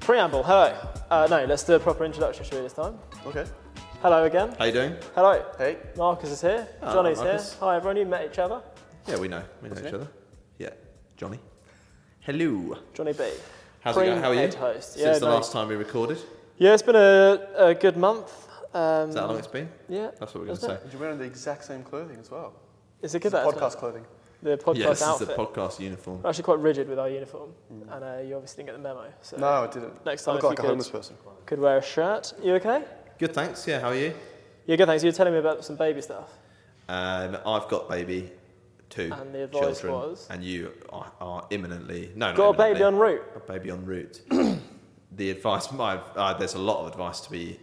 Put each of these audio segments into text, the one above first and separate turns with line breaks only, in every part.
Preamble, hello. Uh, no, let's do a proper introduction, shall we, this time?
Okay.
Hello again.
How you doing?
Hello.
Hey.
Marcus is here.
Ah,
Johnny's
Marcus.
here. Hi, everyone. You met each other.
Yeah, we know. We know each other. Yeah. Johnny. Hello.
Johnny B.
How's it
Green
going? How are you?
head host.
Since
Yeah,
the
no.
last time we recorded. Is
Yeah, it's been a, a good month. Um,
that how long it's been?
yeah.
That's what we're going to
Isn't
say.
it?
And you're wearing the exact same clothing as well.
Is it good
It's
that
podcast clothing.
The podcast
Yeah, this
outfit.
is the podcast uniform.
We're actually quite rigid with our uniform, and uh, you obviously didn't get the memo. So
No, I didn't.
Next
I
time,
look
if
like
you
a
could,
homeless person.
could wear a shirt. You okay?
Good, thanks. Yeah, how are you?
Yeah, good. Thanks. You were telling me about some baby stuff.
Um, I've got baby two
And the advice
children,
was?
and you are, are imminently no, not
Got a baby en
imminently,
route.
A baby en route. the advice, my, uh, there's a lot of advice to be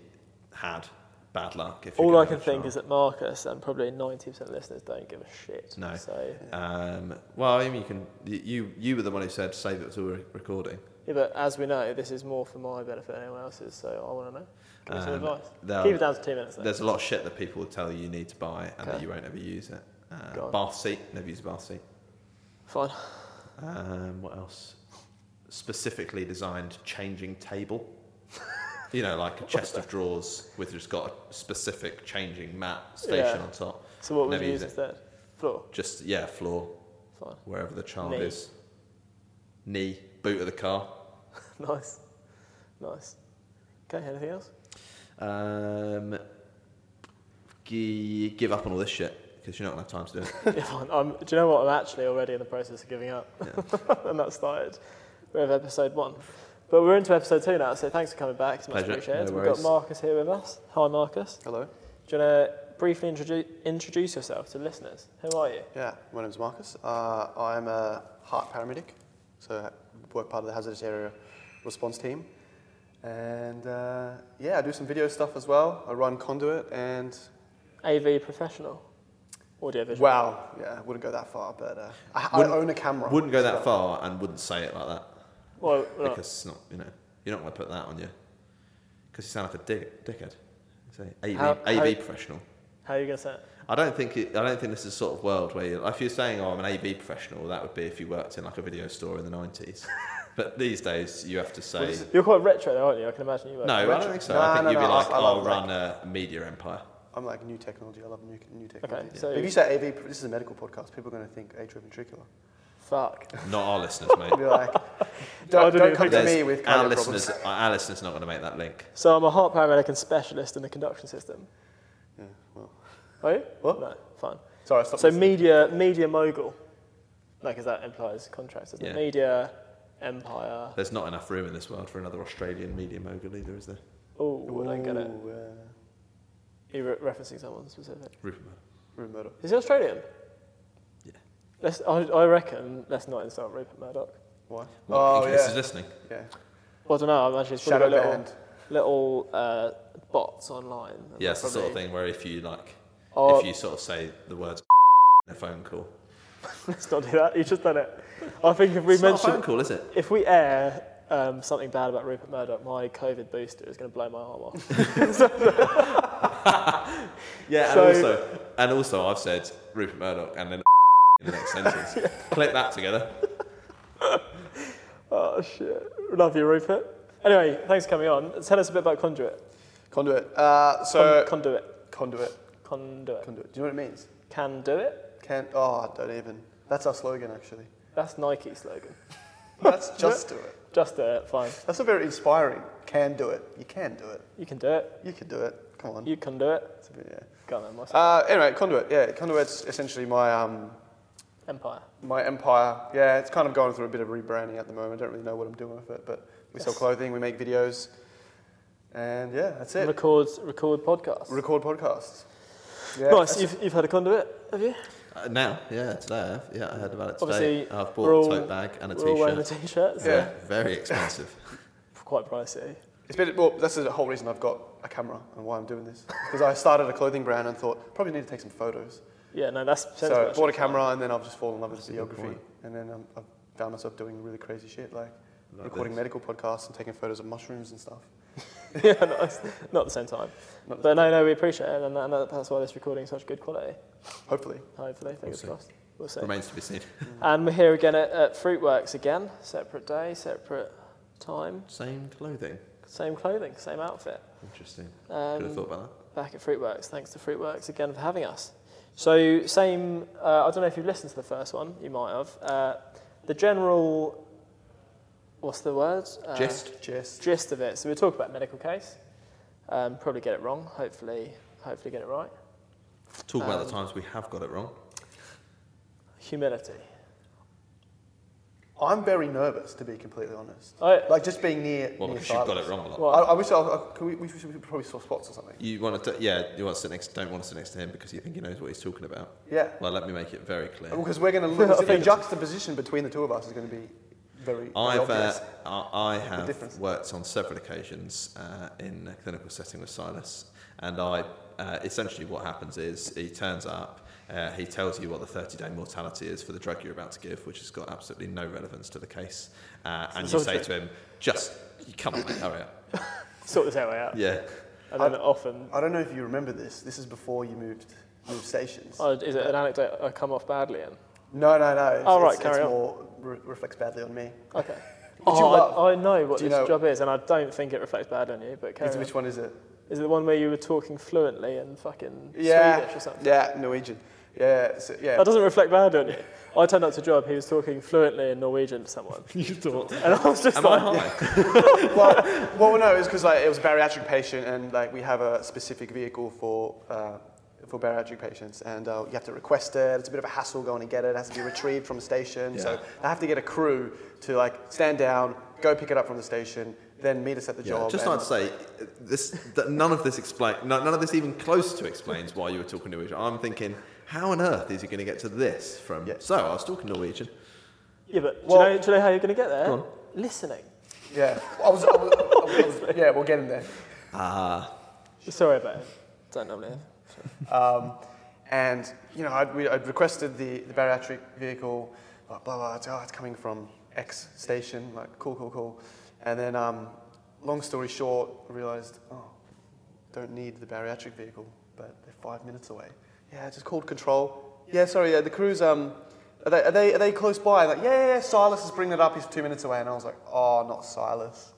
had. Bad luck. If you're
All
gonna
I can
have a
think
child.
is that Marcus and probably 90% of listeners don't give a shit.
No.
So,
Um, well, I mean, you can. y- You you were the one who said save it till we're recording.
yeah, but as we know, this is more for my benefit than anyone else's, so I want to know. Give me some
Um,
advice.
there-
Keep it down to two minutes. Though.
There's a lot of shit that people will tell you you need to buy and that
Okay.
you won't ever use it.
Go
Uh,
on.
bath seat, never use a bath seat.
Fine.
Um, what else? Specifically designed changing table. you know, like a chest of drawers with just got a specific changing mat station
Yeah.
on top.
So, what would
Never
you use
it.
instead? Floor.
Just yeah, floor
Fine.
wherever the child
Knee.
is. Knee, boot of the car.
nice. Nice. Okay, anything else?
Um, gi- give up on all this shit because you're not gonna have time to do it.
Yeah, fine. I'm, do you know what? I'm actually already in the process of giving up. and that started with episode one. But we're into episode two now, so thanks for coming back. It's much
Pleasure.
appreciated.
No
We've got
worries.
Marcus here with us. Hi, Marcus.
Hello.
Do you want to briefly introduce, introduce yourself to the listeners? Who are you?
Yeah, my name's Marcus. Uh, I'm a heart paramedic, so I work part of the hazardous area response team. And uh, yeah, I do some video stuff as well. I run Conduit and
AV professional, audio visual.
wow, yeah, I wouldn't go that far, but uh, I, I
Wouldn't-
own a camera.
Wouldn't go
so-
that far and wouldn't say it like that
Well, we're not-
because it's not you know you're not gonna put that on you because you sound like a dick, dickhead. Say AV,
How-
AV
how-
professional.
how are you going to say it?
I don't think it, I don't think this is the sort of world where you, if you're saying oh I'm an AV professional that would be if you worked in like a video store in the 90s. but these days you have to say
You're quite retro, though, aren't you? I can imagine you were.
no, I don't think so. I
No,
think
no,
you'd be
no, I-
like
I
I'll
love, like-
run a media empire.
I'm like new technology. I love new, new technology.
so-
if you say AV, pro- this is a medical podcast. People are going to think atrioventricular.
Fuck.
Not our listeners, mate.
Be like,
I
don't,
don't even
don't come
think
to
There's-
me with
our
cardiac problems.
listeners, our listeners not going to make that link.
So I'm a heart paramedic and specialist in the conduction system.
Yeah, well,
Are you?
What?
No, fine.
sorry. I stopped
So
listening.
media, media mogul. No, because that implies contracts, doesn't it?
Yeah.
Media empire.
There's not enough room in this world for another Australian media mogul either, is there?
Oh, I don't get it.
Ooh, uh,
You're re- referencing someone specific.
Rupert Murdoch.
Rupert Murdoch.
Is he Australian?
Yeah.
Let's, I, I reckon let's not insult Rupert Murdoch.
Why?
Well,
oh,
in
yeah.
case he's listening.
yeah.
Well, I don't know. I imagine it's
Shadow
probably got little,
banned.
little uh, bots online. and
Yeah, it's the
they're
sort of
probably-
thing where if you like,
Oh.
if you sort of say the words in a phone call,
Let's not do that. You've just done it. I think if we
it's not a phone
mention,
call, is it?
if we air um, something bad about Rupert Murdoch, my COVID booster is going to blow my arm off.
Yeah,
So-
and also, and also, I've said Rupert Murdoch, and then in the next sentence, clip that together.
oh shit! Love you, Rupert. Anyway, thanks for coming on. Tell us a bit about conduit.
Conduit. Uh, so
Con- conduit.
conduit.
Conduit.
Conduit. Do you know what it means?
Can do it.
Can't. Oh, don't even. That's our slogan, actually.
That's Nike's slogan.
That's just do it.
Just do it. Fine.
That's a very inspiring. Can do it. You can do it.
You can do it.
You can do it. Come on.
You can do it.
It's a bit- yeah.
Go on, then. What's
Uh, anyway, conduit. Yeah, conduit's essentially my um,
Empire.
my empire. Yeah, it's kind of going through a bit of rebranding at the moment. I don't really know what I'm doing with it, but we sell clothing, we make videos, and yeah, that's it.
Records. Record podcasts.
Record podcasts. Yeah,
nice.
that's-
You've, you've had a conduit, have you?
Uh, now, yeah, today I have. Yeah, I heard about it today.
Obviously,
I've
we're
bought
all,
a tote bag and a
we're all wearing the
t-shirt.
t-shirts.
Yeah.
Yeah.
Very expensive.
Quite pricey.
It's been, well, that's the whole reason I've got a camera and why I'm doing this. Because I started a clothing brand and thought, probably need to take some photos.
Yeah. No, that's sensible.
So I bought a
actually.
camera and then I've just fallen in love with
a good
videography.
point.
And then um, I've found myself doing really crazy shit, like,
Like
recording
this.
medical podcasts and taking photos of mushrooms and stuff.
yeah, nice. Not at the same time.
Not the
But no, no, we appreciate it, and, that, and that's why this recording is such good quality.
Hopefully.
Hopefully, fingers
We'll see.
crossed. We'll see.
Remains to be seen.
And we're here again at, at Fruitworks again. Separate day, separate time,
Same clothing.
same clothing, same outfit.
Interesting. Could have
Um,
thought about
back at Fruitworks. Thanks to Fruitworks again for having us. So, same, uh, I don't know if you've listened to the first one, you might have. Uh, the general, what's the word? Uh,
that. Just
Just
gist of it. So we talk about medical case. Um, probably get it wrong. Hopefully, hopefully get it right.
talk about
um,
the times we have got it wrong.
Humility.
I'm very nervous, to be completely honest.
I,
Like, just being near.
Well,
near
because you've got
silence.
it wrong a lot.
Well-
I, I wish I, I could we, we should we should probably swap spots or something.
You want to, yeah, you want to sit next, don't want to sit next to him because you think he knows what he's talking about.
Yeah.
Well, let me make it very clear.
Because we're going to look. the
think-
juxtaposition between the two of us is going to be very, very
I've, uh,
obvious.
I I have
difference.
worked on several occasions uh, in a clinical setting with Silas, and I uh, essentially what happens is he turns up, uh, he tells you what the 30 day mortality is for the drug you're about to give, which has got absolutely no relevance to the case, uh, and you
Sort
say
of.
to him, just come on, mate, hurry up.
sort this out. out.
Yeah.
And then often,
I don't know if you remember this. This is before you moved moved stations.
oh, is it an anecdote I come off badly in?
no, no, no. It's,
Oh, right,
it's,
carry
it's
on.
more re- reflects badly on me.
Okay.
you love?
I, I know what
Do you
this
know-
job is, and I don't think it reflects bad on you. But carry
Is-
on.
which one is it?
Is it the one where you were talking fluently in fucking Swedish or something?
yeah, Norwegian. Yeah, so, yeah.
That doesn't reflect bad on you. I turned up to a job, he was talking fluently in Norwegian to someone.
You thought.
And I was just
Am I
like,
high?
well, well, no, it's because like, it was a bariatric patient, and like we have a specific vehicle for uh, for bariatric patients, and uh, you have to request it. It's a bit of a hassle going to get it. It has to be retrieved from a station, so
Yeah.
I have to get a crew to like stand down, go pick it up from the station, then meet us at the
Yeah,
job.
just
and-
like to say, this, that none of this explain, no, none of this even close to explains why you were talking Norwegian. I'm thinking, how on earth is he going to get to this from?
Yeah.
So I was talking Norwegian.
yeah, but
Well-
do, you know, do you know how you're going to get there?
Go on.
Listening.
Yeah, I was, I was, I was- yeah, we'll get in there.
Sorry about it. Don't normally. have.
Um, and you know, I'd, we, I'd requested the, the bariatric vehicle, blah blah. blah. It's, oh, it's coming from X station. Like, cool, cool, cool. And then, um, long story short, I realised, oh, don't need the bariatric vehicle, but they're five minutes away. Yeah, I just called control. Yeah, sorry, yeah, the crew's um, are they, are they are they close by? Like, yeah, yeah, yeah, Silas is bringing it up. He's two minutes away, and I was like, oh, not Silas.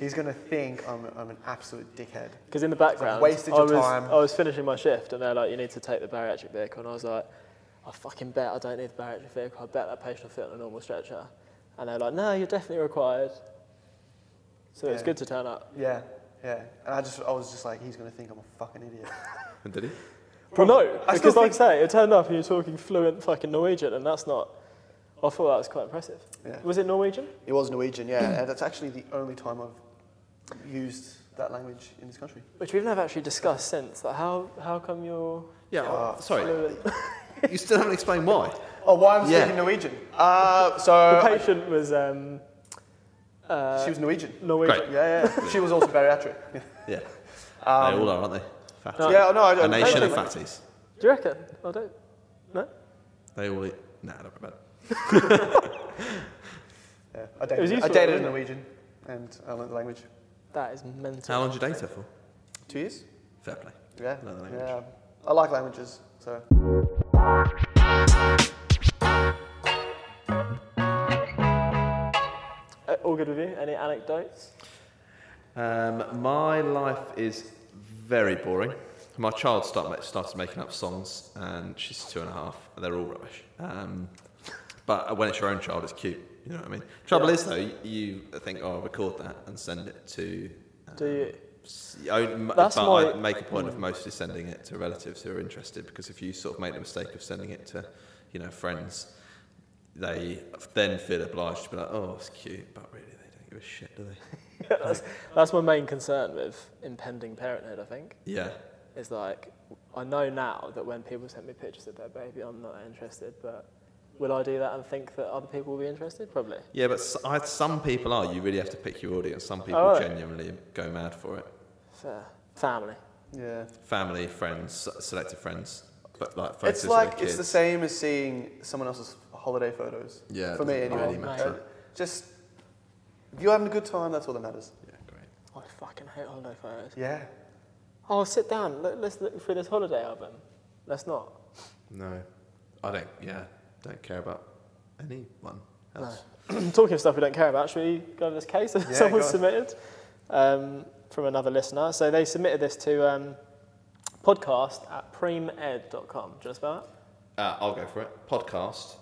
He's gonna think I'm, I'm an absolute dickhead.
Because in the background,
wasted
I,
your
was,
time.
I was finishing my shift, and they're like, you need to take the bariatric vehicle. And I was like, I fucking bet I don't need the bariatric vehicle. I bet that patient will fit on a normal stretcher. And they're like, no, you're definitely required. So it's
Yeah.
good to turn up.
Yeah, yeah. And I just, I was just like, he's gonna think I'm a fucking idiot.
And did he?
Well, no,
I still
because like I
think-
say, it turned up and you're talking fluent fucking Norwegian, and that's not. I thought that was quite impressive.
Yeah.
Was it Norwegian?
It was Norwegian, yeah, and that's actually the only time I've used that language in this country.
Which we've never actually discussed since. Like how, how come you're
Yeah.
Ah,
uh, sorry,
fluent?
you still haven't explained why.
Oh, why I'm
Yeah.
speaking Norwegian? Uh,
the
so
patient was um,
she was Norwegian.
Norwegian.
Great.
Yeah, yeah. she was also bariatric.
Yeah. they all are, aren't they? Fatties.
Um, Yeah, no, I
A
don't.
nation of
I don't-
fatties.
Do you reckon? I don't. No?
They all eat Nah, I don't remember.
Yeah, I
It was
dated, I
useful,
dated a
wasn't it?
Norwegian and I learned the language.
That is mental.
How long did you date her for?
Two years?
Fair play.
Yeah.
Learn the language.
Yeah. I like languages, so.
Uh, All good with you? Any anecdotes?
Um, my life is very boring. My child start, ma- started making up songs, and she's two and a half. And they're all rubbish. Um, but when it's your own child, it's cute. You know what I mean? Trouble is, though, you, you think, "Oh, I'll record that and send it to." Um,
Do you?
s- I, m-
That's
but I
my-
make a point of mostly sending it to relatives who are interested because if you sort of make the mistake of sending it to, you know, friends, they then feel obliged to be like, "Oh, it's cute," but really, they don't give a shit, do they?
that's, that's my main concern with impending parenthood, I think.
Yeah.
Is like, I know now that when people send me pictures of their baby, I'm not interested, but will I do that and think that other people will be interested? Probably.
Yeah, but s I some people are. You really have to pick your audience. Some people
Oh, right.
genuinely go mad for it.
Fair. Family.
Yeah.
Family, friends, s- selected friends, but like photos
It's
of
like
their
it's the
kids.
same as seeing someone else's holiday photos.
Yeah, it
For me,
doesn't
anyway.
really matter.
Uh, Just if you're having a good time, that's all that matters.
Yeah, great.
I fucking hate holiday photos.
Yeah.
Oh, sit down. Let, let's look through this holiday album. Let's not.
No, I don't. Yeah, don't care about anyone else.
Talking of stuff we don't care about, should we go over this case that
Yeah,
someone
go on.
submitted um, from another listener? So they submitted this to um, podcast at premed.com. Do you spell that?
Uh, I'll go for it. Podcast,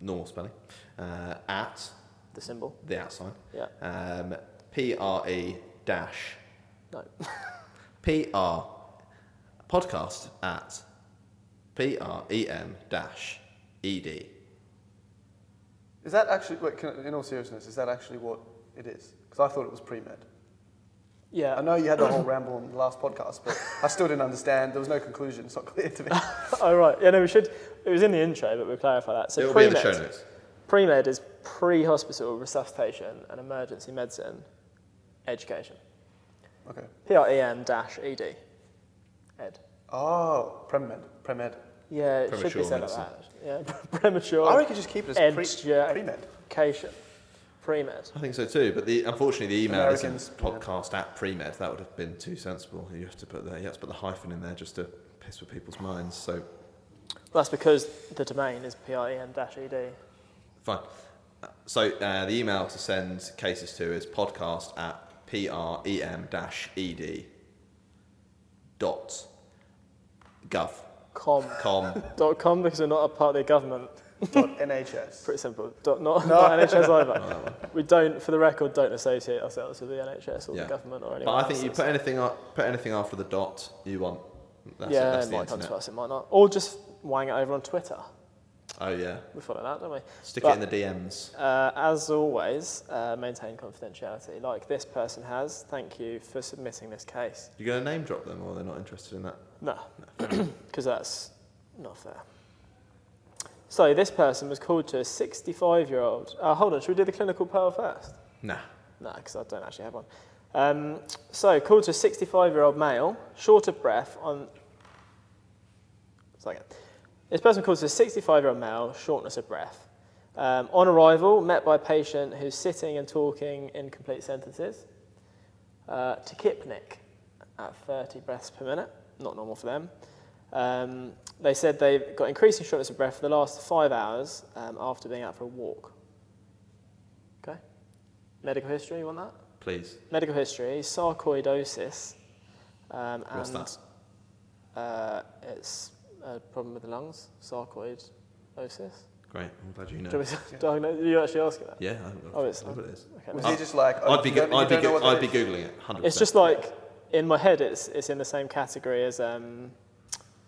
normal spelling, uh, at
The symbol?
the outside.
Yeah.
Um, P R E dash
No.
P R podcast at P R E M dash E D.
Is that actually? Wait, can, in all seriousness, is that actually what it is? Because I thought it was pre med.
yeah.
I know you had the whole ramble on the last podcast, but I still didn't understand. There was no conclusion. It's not clear to me.
oh, right. Yeah, no, we should. It was in the intro, but we'll clarify that. So
It'll
pre-med,
be in the show notes.
Pre-med is pre-hospital resuscitation and emergency medicine education. E
Okay.
P-R-E-M-dash-E-D. Ed.
Oh, pre med. Pre med.
Yeah, it should be
Premature
said
medicine.
like that. Yeah, premature.
I reckon just keep it as pre pre med.
Education. Pre-med.
I think so too, but the unfortunately the email
Americans,
isn't
yeah.
podcast at premed. That would have been too sensible. You have to put the you have to put the hyphen in there just to piss with people's minds. So
Well, that's because the domain is E PREM-ED.
fine. Uh, So uh, the email to send cases to is podcast at p r e m dash e d dot gov
Com.
com
Dot com because we're not a part of the government.
Dot NHS.
Pretty simple. Dot, not, not NHS either. we don't, for the record, don't associate ourselves with the NHS or
Yeah.
the government or anyone
But I think
else.
you put anything a- put anything after the dot you want. That's it.
yeah,
That's
it
the
might come to
internet.
us, it might not. Or just wang it over on Twitter.
Oh yeah,
We follow that, don't we?
stick
But-
it in the DMs.
Uh, as always, uh, maintain confidentiality, like this person has. Thank you for submitting this case.
You're gonna name drop them, or they're not interested in that.
No, because that's not fair. So this person was called to a 65-year-old. Uh, hold on, should we do the clinical pearl first?
Nah.
No, because I don't actually have one. Um, so called to a 65-year-old male, short of breath on. Second. This person called to a 65-year-old male, shortness of breath. Um, on arrival, met by a patient who's sitting and talking in complete sentences. Uh, tachypnic at 30 breaths per minute, not normal for them. Um, they said they've got increasing shortness of breath for the last five hours um, after being out for a walk. Okay. Medical history, you want that?
Please.
Medical history, sarcoidosis. Um, and,
What's that?
Uh, it's a problem with the lungs, sarcoidosis.
Great. I'm glad you know.
Do you want me to diagnose? Did you actually ask it?
Yeah. I don't know.
Oh, it's-
I don't know what it is.
Okay,
Was
no.
he just like? oh,
I'd be
you
go-
don't- you
I'd be
don't know
go-
what that
I'd be
is?
googling it. 100%.
It's just like, in my head, it's, it's in the same category as um,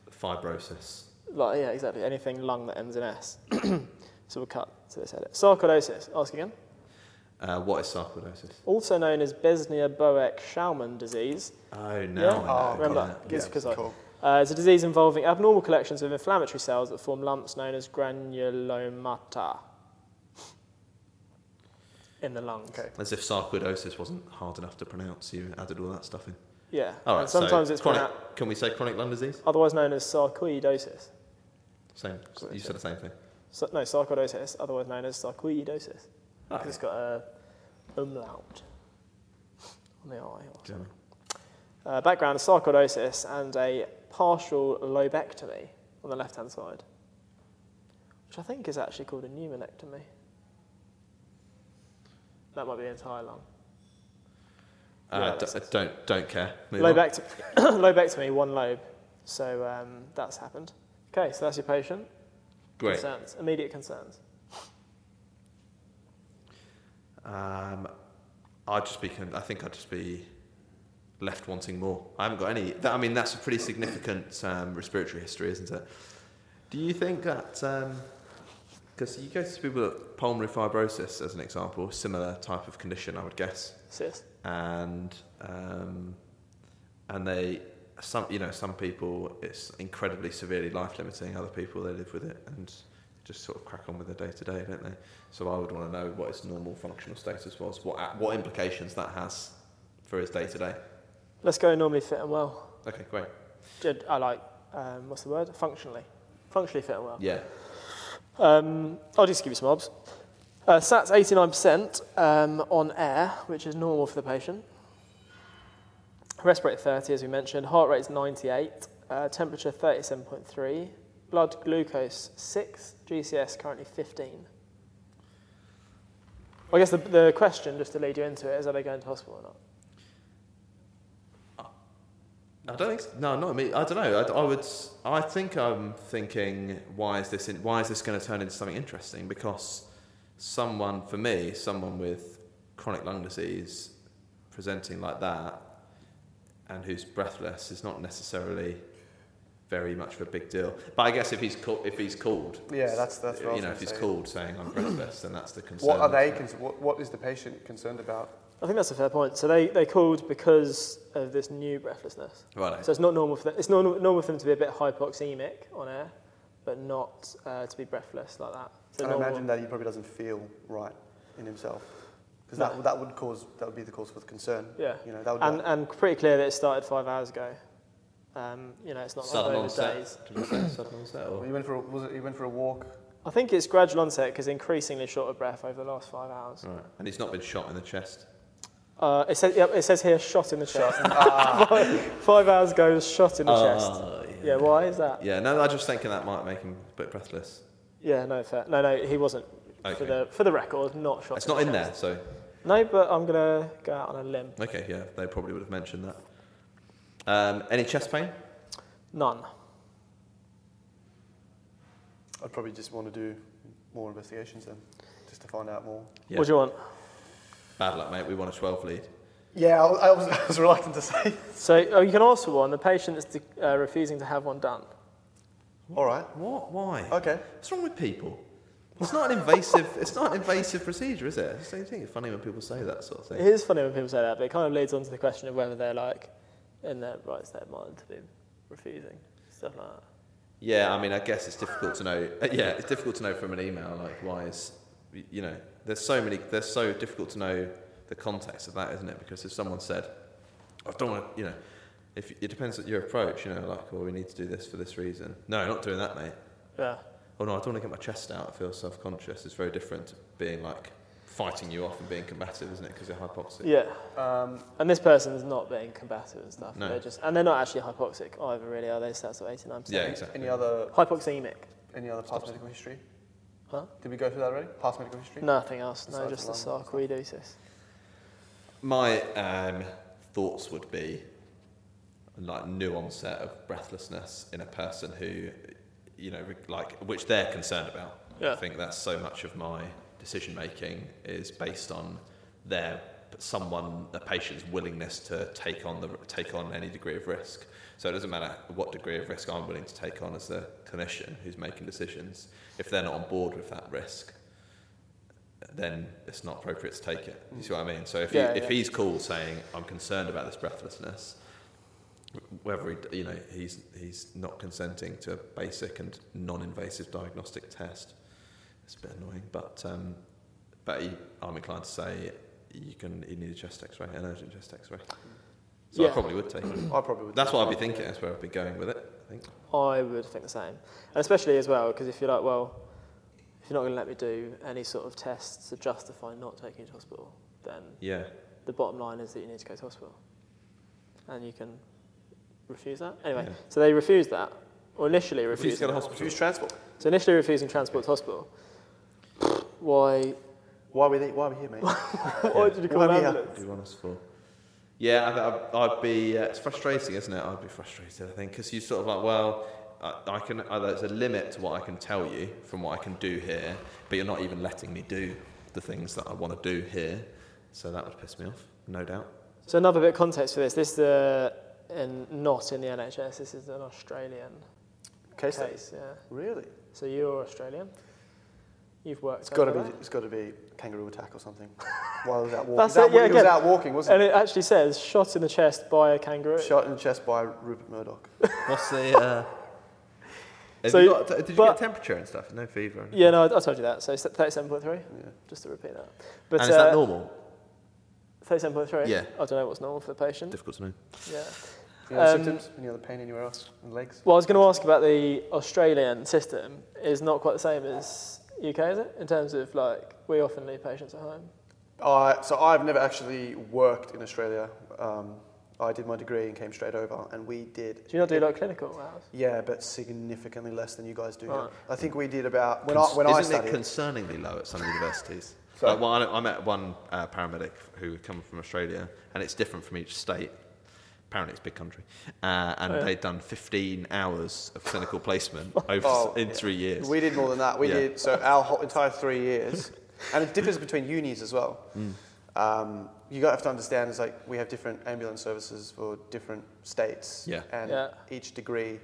fibrosis.
Like, yeah, exactly. Anything lung that ends in S. so we'll cut to this edit. Sarcoidosis, ask again.
Uh, what is sarcoidosis?
Also known as Besnier Boeck Schaumann disease.
Oh no.
Yeah?
I know.
Remember,
Yeah.
it's because I-
cool.
uh, it's a disease involving abnormal collections of inflammatory cells that form lumps known as granulomata in the lungs.
Okay.
As if sarcoidosis wasn't hard enough to pronounce, you added all that stuff in.
Yeah.
All right.
and sometimes
so
it's
chronic.
pronounced-
Can we say chronic lung disease?
otherwise known as sarcoidosis.
Same. You said the same thing.
So, no, sarcoidosis, otherwise known as sarcoidosis. Because
Okay.
it's got a umlaut on the eye. Or something. Uh, background is sarcoidosis and a partial lobectomy on the left hand side, which I think is actually called a pneumonectomy. That might be the entire lung. Yeah,
Uh,
that's
d- don't don't care. Move on.
Lobect- lobectomy, one lobe. So um, that's happened. Okay, so that's your patient.
Great.
Concerns, immediate concerns.
Um, I'd just be. Con- I think I'd just be left wanting more. I haven't got any. That, I mean, that's a pretty significant um, respiratory history, isn't it? Do you think that? Because you go to people with pulmonary fibrosis as an example, similar type of condition, I would guess,
Cyst.
and um, and they some you know some people it's incredibly severely life limiting. Other people they live with it and just sort of crack on with their day to day, don't they? So I would want to know what his normal functional status was, what what implications that has for his day to day.
Let's go normally fit and well.
Okay, great.
Ju- I like, um, what's the word? Functionally. Functionally fit and well.
Yeah,
Um, I'll just give you some obs. Uh, SAT's 89% um, on air, which is normal for the patient. Respirate 30, as we mentioned. Heart rate's 98. Uh, temperature 37.3. Blood glucose 6. GCS currently 15. I guess the, the question, just to lead you into it, is are they going to hospital or not?
I don't think so. no, not me. I don't know. I, I would. I think I'm thinking, why is this? In, why is this going to turn into something interesting? Because someone, for me, someone with chronic lung disease presenting like that, and who's breathless, is not necessarily very much of a big deal. But I guess if he's call, if he's called,
Yeah, that's- that's what I
you
was
know,
gonna
if he's
say.
called saying I'm breathless, then that's the concern.
What are they? Cons- what, what is the patient concerned about?
I think that's a fair point. So they, they called because of this new breathlessness.
Right.
So it's not normal for them. It's normal, normal for them to be a bit hypoxemic on air, but not uh, to be breathless like that. So
And I
normal-
imagine that he probably doesn't feel right in himself, because
No.
that, that would cause that would be the cause for the concern.
Yeah.
you know that would.
and, and pretty clear that it started five hours ago. Um, you know, it's not like
sudden
over days.
onset. Did I say sudden onset or-
you went for a, was it, you went for a walk.
I think it's gradual onset because increasingly short of breath over the last five hours.
Right. And he's not been shot in the chest.
Uh, it, says, yeah, it says here, shot in the chest.
Ah.
five hours ago, was shot in the chest.
Oh, yeah.
Yeah, why is that?
Yeah, no, I'm just thinking that might make him a bit breathless.
Yeah, no, fair. No, no, he wasn't. For
Okay.
the for the record, not shot.
It's not
the
in there,
chest.
so
No, but I'm gonna go out on a limb.
okay, yeah, they probably would have mentioned that. Um, any chest pain?
None.
I'd probably just want to do more investigations then, just to find out more.
Yeah.
What do you want?
Bad luck, mate. We want a 12 lead.
Yeah, I, I, was, I was reluctant to say.
So oh, you can ask for one. The patient is de- uh, refusing to have one done.
All right.
What? Why?
Okay.
What's wrong with people? It's not an invasive. it's not an invasive procedure, is it? It's the same thing. It's funny when people say that sort of
It
thing.
is funny when people say that, but it kind of leads on to the question of whether they're like in their right state of mind to be refusing stuff like that.
Yeah, I mean, I guess it's difficult to know. uh, Yeah, it's difficult to know from an email. Like, why is you know? There's so many. They're so difficult to know the context of that, isn't it? Because if someone said, I don't want to, you know, if it depends on your approach, you know, like, well, we need to do this for this reason. No, not doing that, mate.
Yeah.
Oh no, I don't want to get my chest out. I feel self-conscious. It's very different to being like fighting you off and being combative, isn't it? Because you're hypoxic.
Yeah.
Um,
And this person's not being combative and stuff.
No.
They're just and they're not actually hypoxic either, really, are they? So that's 89.
Yeah, exactly.
any other
Hypoxemic.
any other past medical history?
Huh?
Did we go through that already? Past medical history.
Nothing else. No,
Besides
just the
the lung and stuff.
sarcoidosis.
My um, thoughts would be like new onset of breathlessness in a person who, you know, re- like which they're concerned about.
Yeah.
I think that's so much of my decision making is based on their someone a patient's willingness to take on the take on any degree of risk. So it doesn't matter what degree of risk I'm willing to take on as the clinician who's making decisions. If they're not on board with that risk, then it's not appropriate to take it. You see what I mean? So if,
Yeah,
he, if
yeah.
he's called saying, I'm concerned about this breathlessness, whether he, you know, he's, he's not consenting to a basic and non-invasive diagnostic test, it's a bit annoying, but, um, but he, I'm inclined to say you can, you need a chest x-ray, an urgent chest x-ray. So I
Yeah.
probably would take it.
I probably would.
That's what I'd be thinking, that's where I'd be going with it, I think.
I would think the same, and especially as well because if you're like, well, if you're not going to let me do any sort of tests to justify not taking you to hospital, then
Yeah.
the bottom line is that you need to go to hospital. And you can refuse that. Anyway,
Yeah.
so they refused that, or initially
Refuse
refused
to go to hospital.
Use transport.
So initially refusing transport to hospital. Why?
Why are we, there? Why are we here, mate?
Why did you call
Why
an
we have-
ambulance?
Do you want us for? Yeah, I, I, I'd be. Uh, it's frustrating, isn't it? I'd be frustrated, I think, because you sort of like, well, I, I can. Uh, there's a limit to what I can tell you from what I can do here, but you're not even letting me do the things that I want to do here. So that would piss me off, no doubt.
So another bit of context for this. This is uh, in, not in the NHS. This is an Australian
Okay, so
case. Yeah.
really,
So you're Australian. You've worked.
it's got to
over
be.
there.
It's got to be kangaroo attack or something. While he was out walking,
That's
that,
it, yeah,
he was
again.
out walking, wasn't
And it actually says shot in the chest by a kangaroo.
he? Shot in the chest by Rupert Murdoch.
What's the? Uh, have
So,
you got, did you
but-
get temperature and stuff? No fever.
Yeah, no, I, I told you that. So it's 37.3.
Yeah.
Just to repeat that. But
and is that
uh,
normal?
37.3.
Yeah.
I don't know what's normal for the patient.
Difficult to know.
yeah.
Any other
Um,
symptoms? Any other pain anywhere else? In the legs?
Well, I was going to ask about the Australian system. Is not quite the same as UK, is it? In terms of like we often leave patients at home.
Uh, so I've never actually worked in Australia. Um, I did my degree and came straight over, and we did.
Do you not do like clinical hours?
Yeah, but significantly less than you guys do. here.
Right.
I think we did about when
Cons-
I when
isn't
I studied.
it concerningly low at some universities?
Sorry.
Like, well, I, know- I met one uh, paramedic who had come from Australia, and it's different from each state. Apparently, it's a big country, uh, and
Oh, yeah.
they'd done 15 hours of clinical placement over
Oh,
in
yeah.
three years.
We did more than that. We
Yeah.
did so our whole entire three years, and it differs between unis as well.
Mm.
Um, you got have to understand is like we have different ambulance services for different states,
Yeah.
and
Yeah.
each degree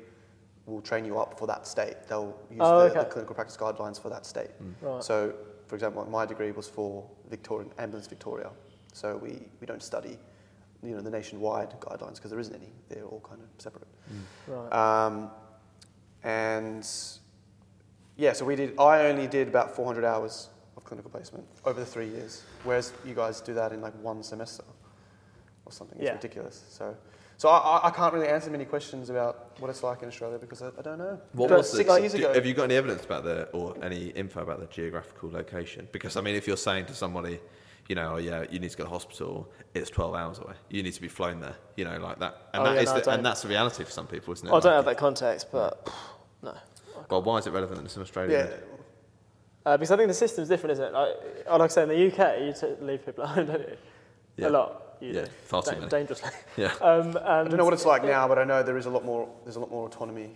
will train you up for that state. They'll use
Oh,
the, the
okay.
clinical practice guidelines for that state.
Mm.
Right.
So, for example, my degree was for Victorian ambulance Victoria, so we, we don't study, you know, the nationwide guidelines because there isn't any. They're all kind of separate.
Mm.
Right.
Um, and yeah, so we did. I only did about 400 hours of clinical placement over the three years, whereas you guys do that in like one semester or something. It's
Yeah.
ridiculous. So, so I, I- I can't really answer many questions about what it's like in Australia because I, I don't know.
What
But
was the-
six
like,
years
do-
ago?
Have you got any evidence about the or any info about the geographical location? Because I mean, if you're saying to somebody, you know, oh, yeah, you need to go to hospital, it's 12 hours away. You need to be flown there. You know, like that, and
Oh,
that
yeah,
is
no, I
the,
don't.
and that's the reality for some people, isn't it?
I don't have
Like,
that context, but no.
Well, why is it relevant in Australia?
yeah,
then?
Uh, because I think the system's different, isn't it? Like, oh, like I say, in the UK, you t- leave people at home, don't you? A
Yeah.
lot. You
Yeah,
do.
far too
Dan-
many.
Dangerously.
Yeah.
Um,
I
and
don't know what it's like now, but I know there is a lot more. There's a lot more autonomy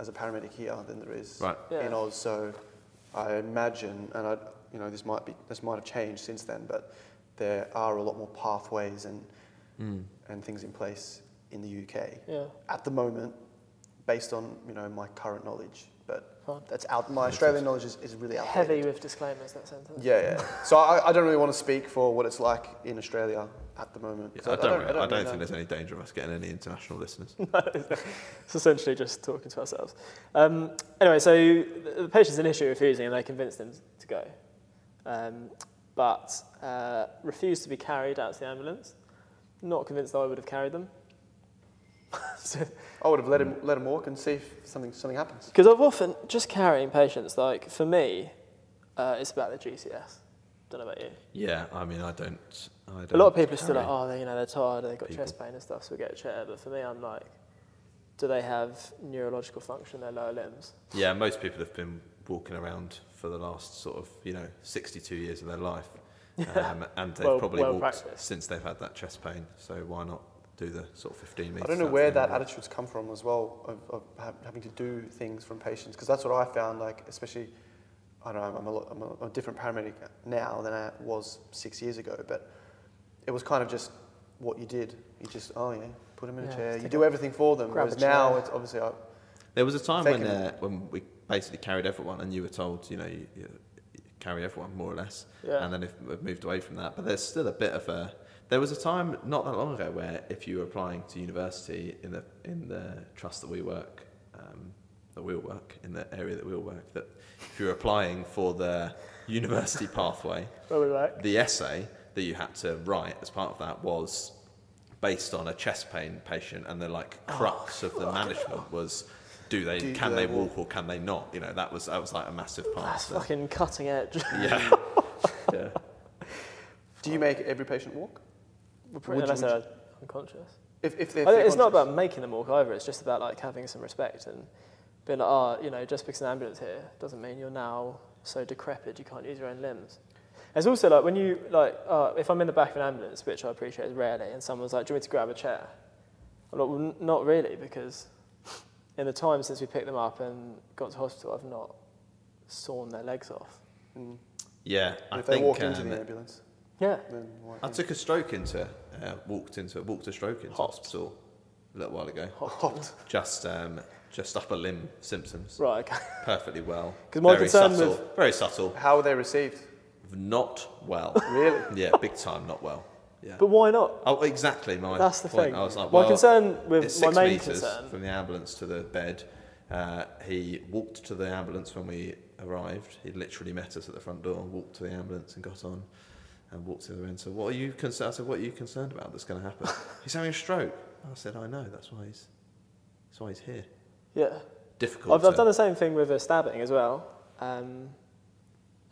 as a paramedic here than there is
Right.
Yeah.
in Oz. So I imagine, and I, you know, this might be this might have changed since then, but there are a lot more pathways and
Mm.
and things in place in the UK
Yeah.
at the moment, based on you know my current knowledge. But
Fine.
that's out. My Australian knowledge is, is really outdated.
Heavy with disclaimers, that sentence.
Yeah, yeah. So I, I don't really want to speak for what it's like in Australia at the moment.
Yeah,
So
I don't. really- I don't,
really
think
know.
there's any danger of us getting any international listeners.
It's essentially just talking to ourselves. Um, anyway, so the the patient's initially refusing, and they convinced him to go, um, but uh, refused to be carried out to the ambulance. Not convinced that I would have carried them. so,
I would have let him let him walk and see if something something happens.
Because I've often just carrying patients. Like for me, uh, it's about the GCS. Don't know about you.
yeah, I mean, I don't. I don't
A lot of people are still like,
carry.
oh, they, you know, they're tired and they've got
People.
chest pain and stuff, so we get a chair. But for me, I'm like, do they have neurological function in their lower limbs?
Yeah, most people have been walking around for the last sort of you know 62 years of their life, um, and they've
Well-
probably
well
walked
practiced.
since they've had that chest pain. So why not do the sort of 15 meters?
I don't know where that attitude's come from as well of, of ha- having to do things from patients because that's what I found like especially I don't know I'm a, lot, I'm a, a different paramedic now than I was six years ago but it was kind of just what you did you just oh yeah put them in
Yeah,
a chair
just
you
take
do
a-
everything for them
grab a
whereas now
chair.
it's obviously uh, I,
There was a time when
Taken.
uh, when we basically carried everyone, and you were told, you know, you, you carry everyone more or less.
Yeah.
And then if, we've moved away from that, but there's still a bit of a. There was a time not that long ago where if you were applying to university in the in the trust that we work, um, that we'll work in the area that we'll work, that if you were applying for the university pathway,
Well, we like.
the essay that you had to write as part of that was based on a chest pain patient, and the like crux of the management was do they
Do
can
they
they walk or can they not? You know, that was that was like a massive part.
That's
so-
fucking cutting edge.
yeah. yeah.
Do you make every patient walk? Would you-
Unless
would
they're
you-
unconscious.
If, if they
I think it's not about making them walk either. It's just about like having some respect and being like, oh, you know, just because an ambulance here doesn't mean you're now so decrepit you can't use your own limbs. It's also like when you like, uh, if I'm in the back of an ambulance, which I appreciate is rarely, and someone's like, "Do you want me to grab a chair?" I'm like, well, n- not really, because in the time since we picked them up and got to hospital, I've not sawn their legs off.
Yeah. I
If they
think,
walk into
um,
the ambulance,
Yeah,
then why?
I took a stroke into, uh, walked into, walked a stroke into hospital a little while ago.
Hopped.
Just, um, just upper limb symptoms.
right. Okay.
Perfectly well.
'Cause my
very
concern
subtle,
with-
very subtle.
How are they received?
Not well.
Really?
yeah, big time. Not well. Yeah.
But why not?
Oh, exactly. My
That's the
point.
thing.
I was like,
My
well,
concern with-
it's
my
six
main
meters
concern-
from the ambulance to the bed. Uh, he walked to the ambulance when we arrived. He literally met us at the front door and walked to the ambulance and got on and walked to the end. So, what are you concerned? I said, what are you concerned about? That's going to happen. he's having a stroke. I said, I know. That's why he's. That's why he's here.
Yeah,
Difficult.
I've, I've
to
done the same thing with a stabbing as well. Um,
walk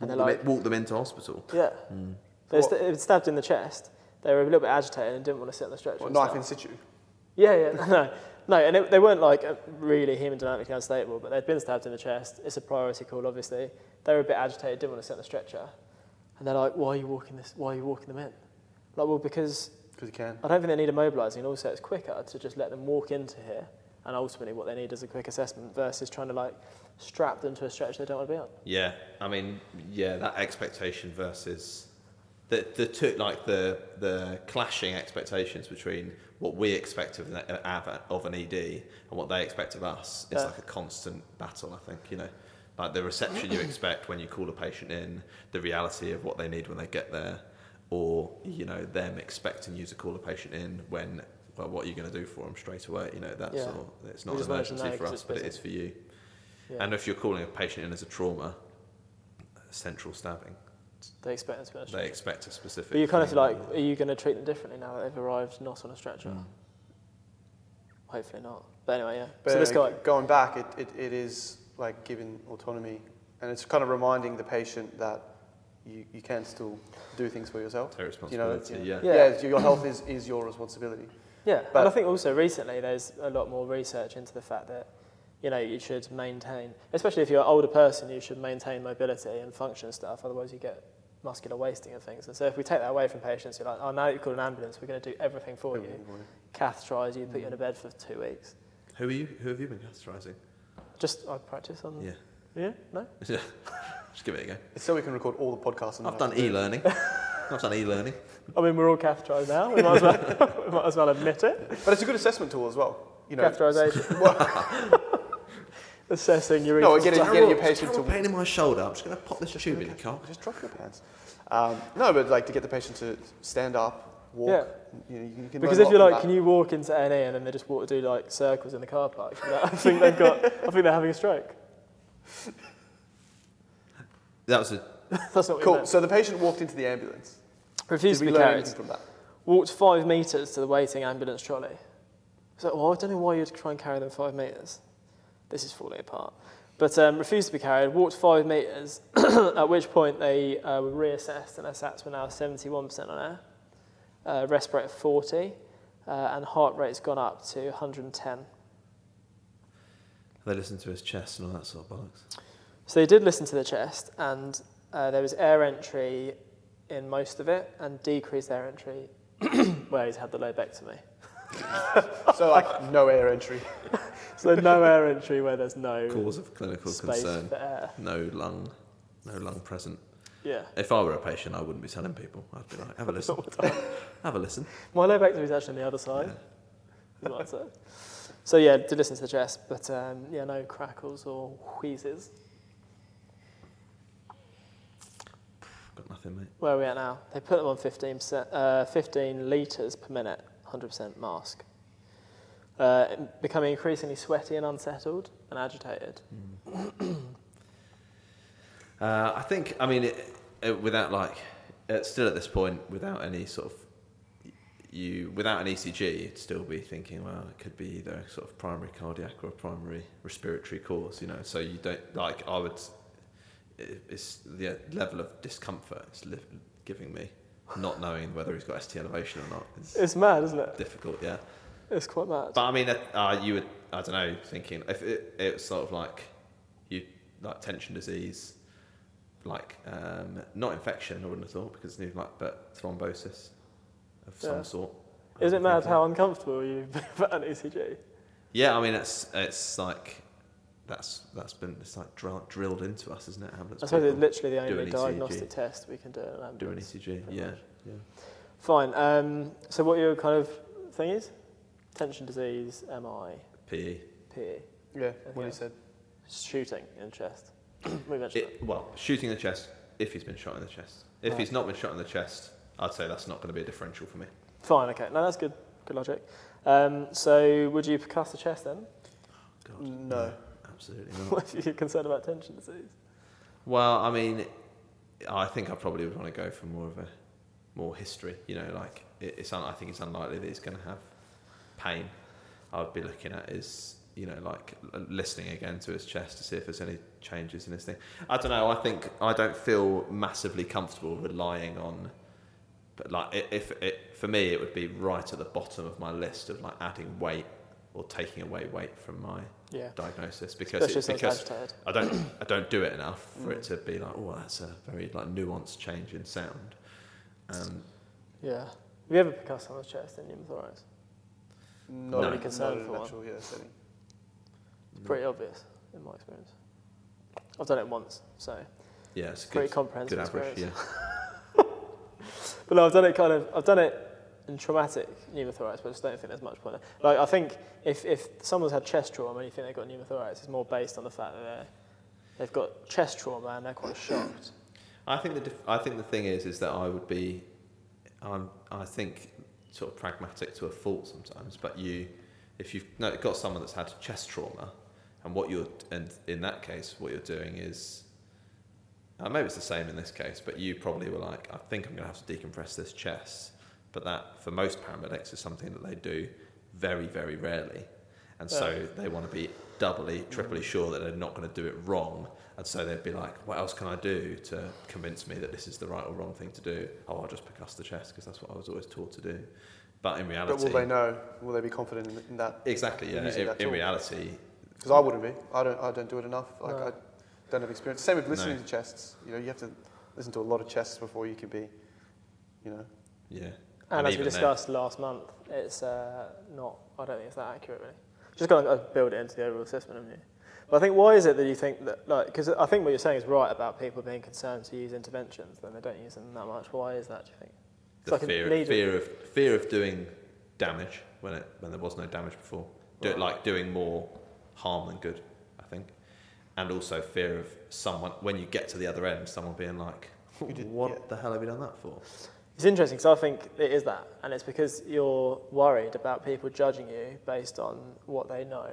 and they're
them,
like,
in- walk them into hospital.
Yeah. They were
What-
st- it was stabbed in the chest. They were a little bit agitated and didn't want to sit on the stretcher.
What,
and
knife
stuff.
in situ?
Yeah, yeah, no, no. no and it, they weren't like uh, really hemodynamically unstable, but they'd been stabbed in the chest. It's a priority call, obviously. They were a bit agitated, didn't want to sit on the stretcher, and they're like, "Why are you walking this? Why are you walking them in?" Like, well, because
Because you can.
I don't think they need immobilising. and Also, it's quicker to just let them walk into here, and ultimately, what they need is a quick assessment versus trying to like strap them to a stretcher they don't want to be on.
Yeah, I mean, yeah, that expectation versus the the two like the the clashing expectations between what we expect of an av- of an ED and what they expect of us is
Yeah.
like a constant battle. I think you know, like the reception you expect when you call a patient in, the reality of what they need when they get there, or you know them expecting you to call a patient in when. Well, what are you going to do for them straight away? You know, that's
Yeah.
all. It's
We
not an
just wanted to know
emergency for
'cause
us,
it's
but it
busy.
is for you.
Yeah.
And if you're calling a patient in as a trauma, central stabbing,
They expect them to be on a stretcher.
they expect a specific.
But you kind of
thing.
feel like, are you going to treat them differently now that they've arrived not on a stretcher? Hopefully not. But anyway, yeah.
But
so this guy,
anyway, going back, it, it, it is like giving autonomy, and it's kind of reminding the patient that you, you can still do things for yourself.
It's their
You know,
responsibility.
yeah.
yeah.
Yeah.
Yeah, it's- your health is, is your responsibility.
yeah.
but-
and I think also recently there's a lot more research into the fact that, you know, you should maintain, especially if you're an older person, you should maintain mobility and function stuff. Otherwise, you get muscular wasting and things. And so if we take that away from patients, you're like, oh, now you've called an ambulance, we're going to do everything for you. Catheterise you, put you in a bed for two weeks.
Who are you? Who have you been catheterising?
Just I practice on.
Yeah.
Yeah. No.
Yeah. Just give it a go.
It's so we can record all the podcasts. And
I've done e-learning. I've done e-learning.
I mean, we're all catheterised now. We might as well, we might as well admit it.
But it's a good assessment tool as well. You know,
Catheterisation. Assessing your
No,
no,
again, it's getting your patient to
Oh, Terrible pain in my shoulder. I'm just going to pop this tube in your
eh?
cock.
just drop your pants. Um, no, but like to get the patient to stand up, walk.
Yeah.
You know, you can learn
Because
a
if
lot
you're
from
like,
that.
can you walk into NA and then they just walk do like circles in the car park? you're like, I think they've got. I think they're having a stroke.
That was a.
That's not what
Cool.
You
So the patient walked into the ambulance. Did
refused to
we
be
learn
carried.
anything from that?
Walked five meters to the waiting ambulance trolley. So, well, I don't know why you'd try and carry them five meters. This is falling apart. But um, refused to be carried. Walked five meters. at which point they uh, were reassessed, and their SATs were now 71% on air. uh, respirator 40, uh, and heart rate's gone up to 110.
They listened to his chest and all that sort of bollocks.
So they did listen to the chest, and uh, there was air entry in most of it, and decreased air entry where he's had the lobectomy.
So like no air entry.
So no air entry where there's no
Cause of clinical
space
concern.
for air.
No lung. No lung present.
Yeah.
If I were a patient, I wouldn't be telling people. I'd be like, have a listen. have a listen.
My lobectomy's actually on the other side. you might say. So yeah, did listen to the chest, but um, yeah, no crackles or wheezes.
Got nothing, mate.
Where are we at now? They put them on 15, uh, 15 litres per minute, 100% mask. Uh, becoming increasingly sweaty and unsettled and agitated.
Uh, I think, I mean, it, it, without like, uh still at this point, without any sort of, y- you, without an ECG, you'd still be thinking, well, it could be either a sort of primary cardiac or a primary respiratory cause, you know. So you don't, like, I would, it- it's the level of discomfort it's li- giving me, not knowing whether he's got ST elevation or not. It's
It's mad, isn't it?
difficult, yeah.
It's quite mad.
But I mean, that- uh, you would, I don't know, thinking if it, it was sort of like you like tension disease, like um, not infection, I wouldn't have thought because it's new, like but thrombosis of
Yeah.
some sort.
Is it
I'm
mad
thinking.
how uncomfortable you've been about an E ECG?
Yeah, I mean, it's it's like that's that's been it's like drill, drilled into us, isn't it? Ambulance
I suppose it's
people
literally the
do
only
an
diagnostic
ECG.
test we can do. in an
do an E
ambulance.
ECG. Yeah, yeah.
Fine. Um, so what are your kind of thing is? Tension disease, MI,
PE.
PE,
Yeah, what
Yeah.
he said.
shooting in the chest. we mentioned
It, well, shooting in the chest if he's been shot in the chest. If he's not been shot in the chest, I'd say that's not going to be a differential for me.
that. Fine. Okay. No, that's good. Good logic. Um, so would you percuss the chest then?
God,
No.
absolutely not.
if you're concerned about tension disease.
Well, I mean, I think I probably would want to go for more of a more history. You know, like it, it's un- I think it's unlikely that he's going to have pain. I'd be looking at is you know like l- listening again to his chest to see if there's any changes in his thing. I don't know. I think I don't feel massively comfortable relying on. But like, i- if it for me, it would be right at the bottom of my list of like adding weight or taking away weight from my
Yeah.
diagnosis because
Especially
it,
since
because
agitated.
I don't I don't do it enough for
Mm.
it to be like, oh, that's a very like nuanced change in sound. Um,
Yeah. Have you ever percussed someone's chest in pneumothorax?
Not
No.
really
Concerned
concerned
for
for
one.
natural, yeah, setting.
It's pretty obvious in my experience. I've done it once, so
yeah, it's a
Pretty
good,
comprehensive
good average. Yeah,
experience. But no, I've done it kind of. I've done it in traumatic pneumothorax, but I just don't think there's much point. Like I think if, if someone's had chest trauma and you think they've got pneumothorax, it's more based on the fact that they're, they've got chest trauma and they're quite shocked.
I think the dif- I think the thing is is that I would be, I'm I think sort of pragmatic to a fault sometimes. But you, if you've no, got someone that's had chest trauma, and what you're and in that case, what you're doing is. Uh, maybe it's the same in this case, but you probably were like, I think I'm going to have to decompress this chest. But that, for most paramedics, is something that they do very, very rarely. And so they want to be doubly, triply sure that they're not going to do it wrong. And so they'd be like, what else can I do to convince me that this is the right or wrong thing to do? Oh, I'll just percuss the chest because that's what I was always taught to do. But in reality,
But will they know? Will they be confident in, in that?
exactly, yeah.
using
In,
that
in
tool?
reality,
Because I wouldn't be. I don't. I don't do it enough. Like
No.
I don't have experience. Same with listening
No.
to chests. You know, you have to listen to a lot of chests before you can be, you know.
yeah.
And, as
even
we
then-
discussed last month, it's uh, not. I don't think it's that accurate really. Just got to build it into the overall system, haven't you? But I think why is it that you think that like because I think what you're saying is right about people being concerned to use interventions, then they don't use them that much. Why is that? Do you think? It's
the
like a
fear,
needle.
fear of fear of doing damage when it when there was no damage before, do, like doing more harm than good, I think, and also fear of someone when you get to the other end, someone being like,
did-
"What
yeah.
the hell have you done that for?"
It's interesting because I think it is that, and it's because you're worried about people judging you based on what they know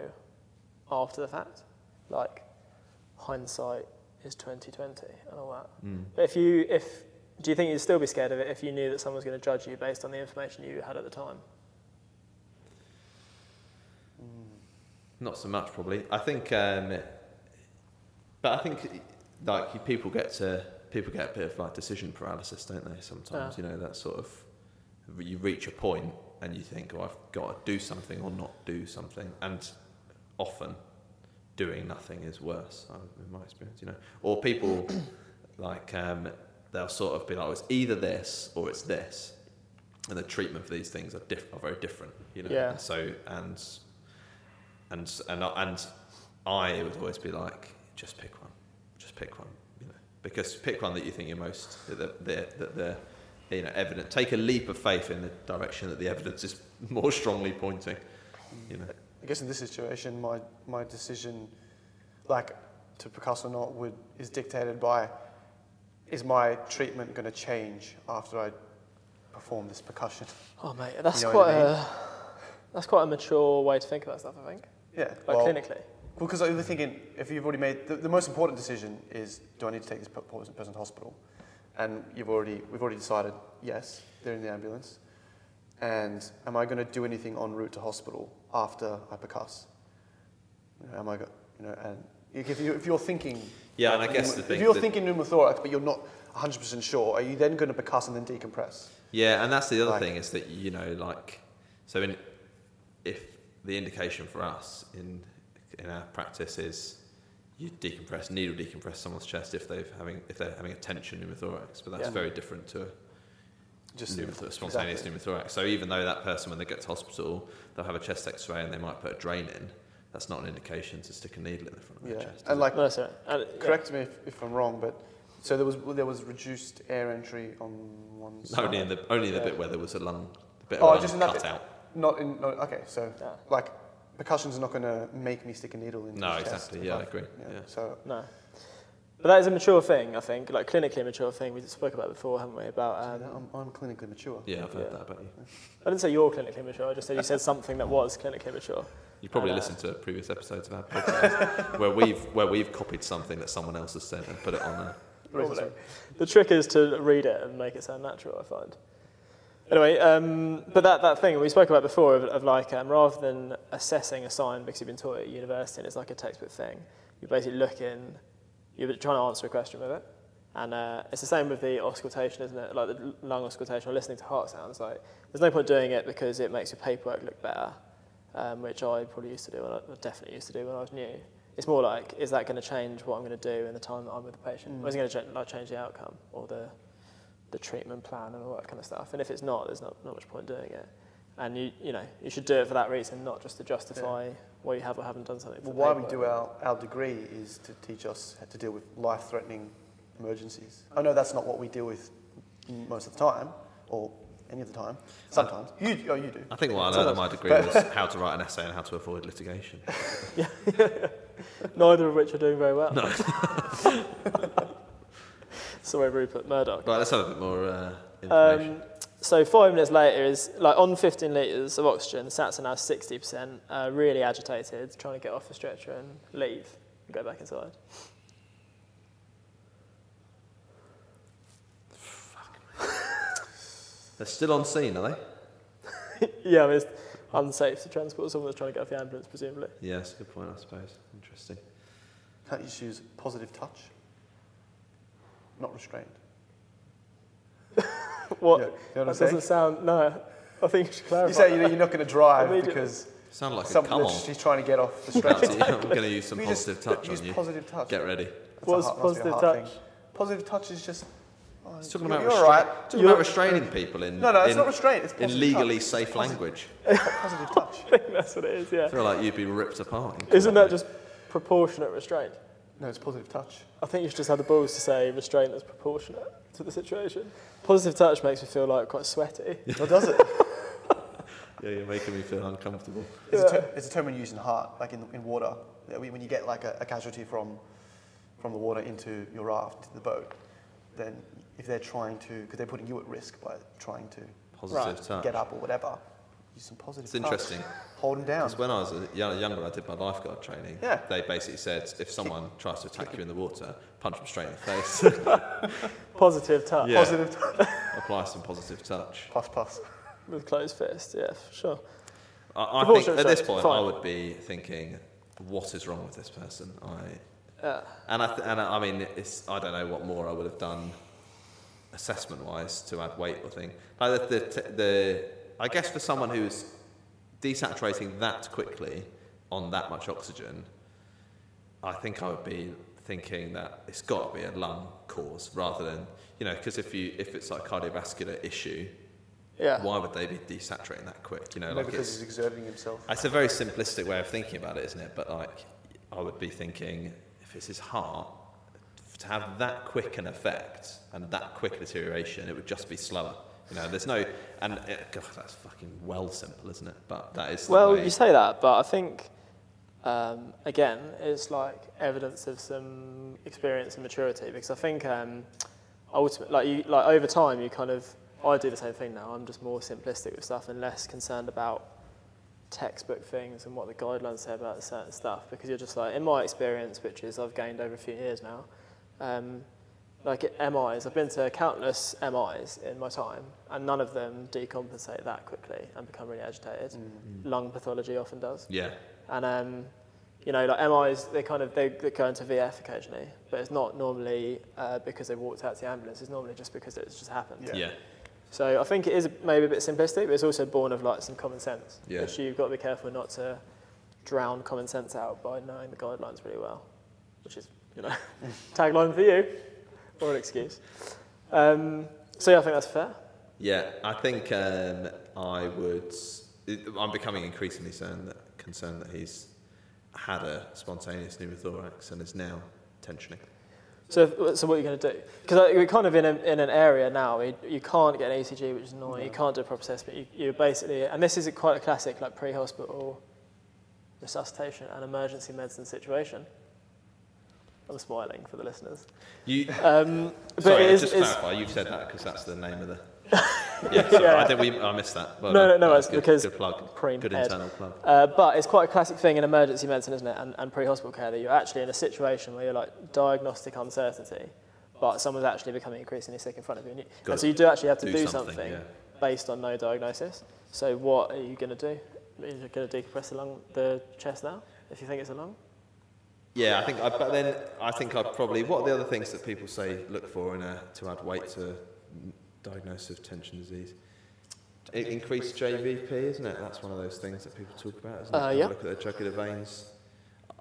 after the fact, like hindsight is twenty twenty and all that.
Hmm.
But if you, if do you think you'd still be scared of it if you knew that someone was going to judge you based on the information you had at the time?
Not so much, probably. I think, um, but I think like you- people get to people get a bit of like decision paralysis, don't they? Sometimes
Yeah.
you know that sort of you reach a point and you think, "Oh, I've got to do something or not do something," and often doing nothing is worse, I- in my experience. You know, or people like um, they'll sort of be like, "Oh, "It's either this or it's this," and the treatment for these things are diff- are very different. You know,
Yeah.
And so and and and I- and I would always be like, just pick one, just pick one, you know, because pick one that you think you're most that the that the you know evident. Take a leap of faith in the direction that the evidence is more strongly pointing, you know.
I guess in this situation, my my decision, like to percuss or not, would is dictated by, is my treatment going to change after I perform this percussion?
Oh mate, that's
You know what
quite
I mean?
a that's quite a mature way to think about stuff. I think,
Yeah.
like
well-
clinically.
Well, because I was thinking, if you've already made the, the most important decision is, do I need to take this per- person person to hospital? And you've already, we've already decided yes, they're in the ambulance, And am I going to do anything en route to hospital after I percuss? You know, am I, go, you know, and if, you, if you're thinking,
Yeah, and I guess the
if
thing
you're
that-
thinking pneumothorax, but you're not 100% sure, are you then going to percuss and then decompress?
Yeah, and that's the other
Like-
thing is that you know, like, so in if the indication for us in in our practice is you decompress, needle decompress someone's chest if they've having if they're having a tension pneumothorax, but that's
Yeah.
very different to a
Just
pneumotho- spontaneous
exactly.
pneumothorax. So even though that person when they get to hospital, they'll have a chest X-ray and they might put a drain in. That's not an indication to stick a needle in the front of their
Yeah,
chest.
and like
No, sorry. And, yeah.
Correct me if, if I'm wrong, but so there was there was reduced air entry on one side.
only in the only in the
Yeah.
bit where there was a lung, the bit of
Oh,
lung
just in that
cut
bit.
out.
Not in. No, okay, so
Yeah.
like percussion's not going to make me stick a needle in.
No,
his chest
exactly,
if
yeah, I
I've-
agree, yeah.
So
No. But that is a mature thing, I think, like clinically mature thing we spoke about before, haven't we? About um,
uh, I'm, I'm clinically mature.
Yeah, I've heard
Yeah.
that about you.
I didn't say you're clinically mature. I just said you said something that was clinically mature.
You probably
And, uh,
listened to previous episodes of our podcast where we've where we've copied something that someone else has sent and put it on there.
Probably. The trick is to read it and make it sound natural, I find. Anyway, um, but that, that thing we spoke about before of, of like, um, rather than assessing a sign because you've been taught it at university and it's like a textbook thing, you're basically looking, you're trying to answer a question with it. And uh, it's the same with the auscultation, isn't it? Like the l- lung auscultation or listening to heart sounds. Like, there's no point doing it because it makes your paperwork look better, um, which I probably used to do, when I, I definitely used to do when I was new. It's more like, is that going to change what I'm going to do in the time that I'm with the patient? Or is it going to like, change the outcome or the, the treatment plan and all that kind of stuff? And if it's not, there's not, not much point doing it. And you, you know, you should do it for that reason, not just to justify why you have or haven't done something. for
Well, why we
paperwork.
do our, our degree is to teach us how to deal with life threatening emergencies. I know that's not what we deal with most of the time, or any of the time. Sometimes. You, oh, you do.
I think what I learned in my degree was how to write an essay and how to avoid litigation.
Neither of which are doing very well. Sorry, Rupert Murdoch.
Right, let's have a bit more uh, information.
Um, so five minutes later is like on 15 litres of oxygen, Sats are now 60%, uh, really agitated, trying to get off the stretcher and leave and go back inside.
They're still on scene, are they?
yeah, I mean, it's unsafe to transport someone that's trying to get off the ambulance, presumably.
Yeah, that's a good point, I suppose. Interesting.
Can't you just use positive touch? Not restrained.
What?
Yeah, you know what I'm
that
saying?
doesn't sound, no. I think you should clarify.
You say you know, you're not going to drive
Immediately.
because
Sound like a
some,
come on.
she's trying to get off the
That's
stretcher.
it. I'm going to use some
We just
positive touch
use
on you.
positive touch.
Get ready.
That's a
What's
hard- must be a
positive
hard
touch?
Positive touch is just. oh,
It's talking
You're-
about,
you're
restra-
right.
talking
You're-
about restraining people in
No, no, it's
in-
not restraint, it's
in
positive
legally
touch.
safe language.
Positive touch.
I think that's what it is, yeah.
I feel like you'd be ripped apart. in
Isn't
court.
that just proportionate restraint?
No, it's positive touch.
I think you should just have the balls to say restraint is proportionate to the situation. Positive touch makes me feel like quite sweaty.
Well, does it?
Yeah, you're making me feel uncomfortable.
It's, a ter- it's a term we use in heart, like in, in water. That we- When you get like a, a casualty from, from the water into your raft, to the boat, then if they're trying to, because they're putting you at risk by trying to
Positive
Right,
touch.
get up or whatever, use some positive
It's
touch.
interesting.
Hold them down.
Because when I was a- young- younger, I did my lifeguard training.
Yeah.
They basically said if someone tries to attack you in the water, punch them straight in the face.
Positive touch.
Yeah.
Positive touch.
Apply some positive touch.
Puss, puss.
With closed fist, yeah, for sure.
I, I think
Proportionate
at this
touch,
point, I
fine.
would be thinking, what is wrong with this person? I. And I th- and I, I mean, it's I don't know what more I would have done, assessment wise, to add weight or thing. Like the, the t- the I guess for someone who's desaturating that quickly on that much oxygen, I think I would be thinking that it's got to be a lung cause rather than you know because if you if it's like cardiovascular issue,
Yeah.
why would they be desaturating that quick? You know,
Maybe
like
because
it's,
he's exerting himself.
it's a very simplistic way of thinking about it, isn't it? But like, I would be thinking if it's his heart to have that quick an effect and that quick deterioration, it would just be slower. You know, there's no, and it, God, that's fucking well simple, isn't it? But that is the
Well,
way-
you say that, but I think, um, again, it's like evidence of some experience and maturity because I think um, ultimately, like, you, like over time, you kind of, I do the same thing now. I'm just more simplistic with stuff and less concerned about textbook things and what the guidelines say about certain stuff because you're just like, in my experience, which is I've gained over a few years now, um, like MIs. I've been to countless MIs in my time, and none of them decompensate that quickly and become really agitated. Lung pathology often does.
Yeah.
And um, you know, like MIs, they kind of they, they go into VF occasionally, but it's not normally uh, because they walked out to the ambulance. It's normally just because it's just happened.
Yeah.
So I think it is maybe a bit simplistic, but it's also born of like some common sense.
Yeah.
Which you've got to be careful not to drown common sense out by knowing the guidelines really well, which is you know tagline for you or an excuse. Um, so yeah, I think that's fair.
Yeah, I think um, I would. It, I'm becoming increasingly concerned that, concerned that he's had a spontaneous pneumothorax and is now tensioning.
So, if- so what are you going to do? Because we're kind of in, a, in an area now. where You, you can't get an ECG, which is annoying. You can't do a proper assessment. You, you basically, and this is a quite a classic like pre-hospital resuscitation and emergency medicine situation. I'm smiling for the listeners.
You,
Um, but
sorry,
it is,
just
it's-
clarify. You've said that because that's the name of the. Yeah, sorry, I think we. I missed that. Well
No, no,
done.
no,
That's
it's
good,
because
good plug,
cream
good
head.
internal plug.
Uh, but it's quite a classic thing in emergency medicine, isn't it? And, and pre-hospital care that you're actually in a situation where you're like diagnostic uncertainty, but someone's actually becoming increasingly sick in front of you, and, you,
Got
and so
it.
you do actually have to
Do
do,
something,
something,
yeah.
based on no diagnosis. So what are you going to do? Are you going to decompress the lung, the chest now, if you think it's a lung?
Yeah, I think. I, but then I think I probably. What are the other things that people say look for in a to add weight to diagnosis of tension disease? I- increased JVP, isn't it? That's one of those things that people talk about, isn't it?
Uh,
Have a
yeah.
Look at their jugular veins.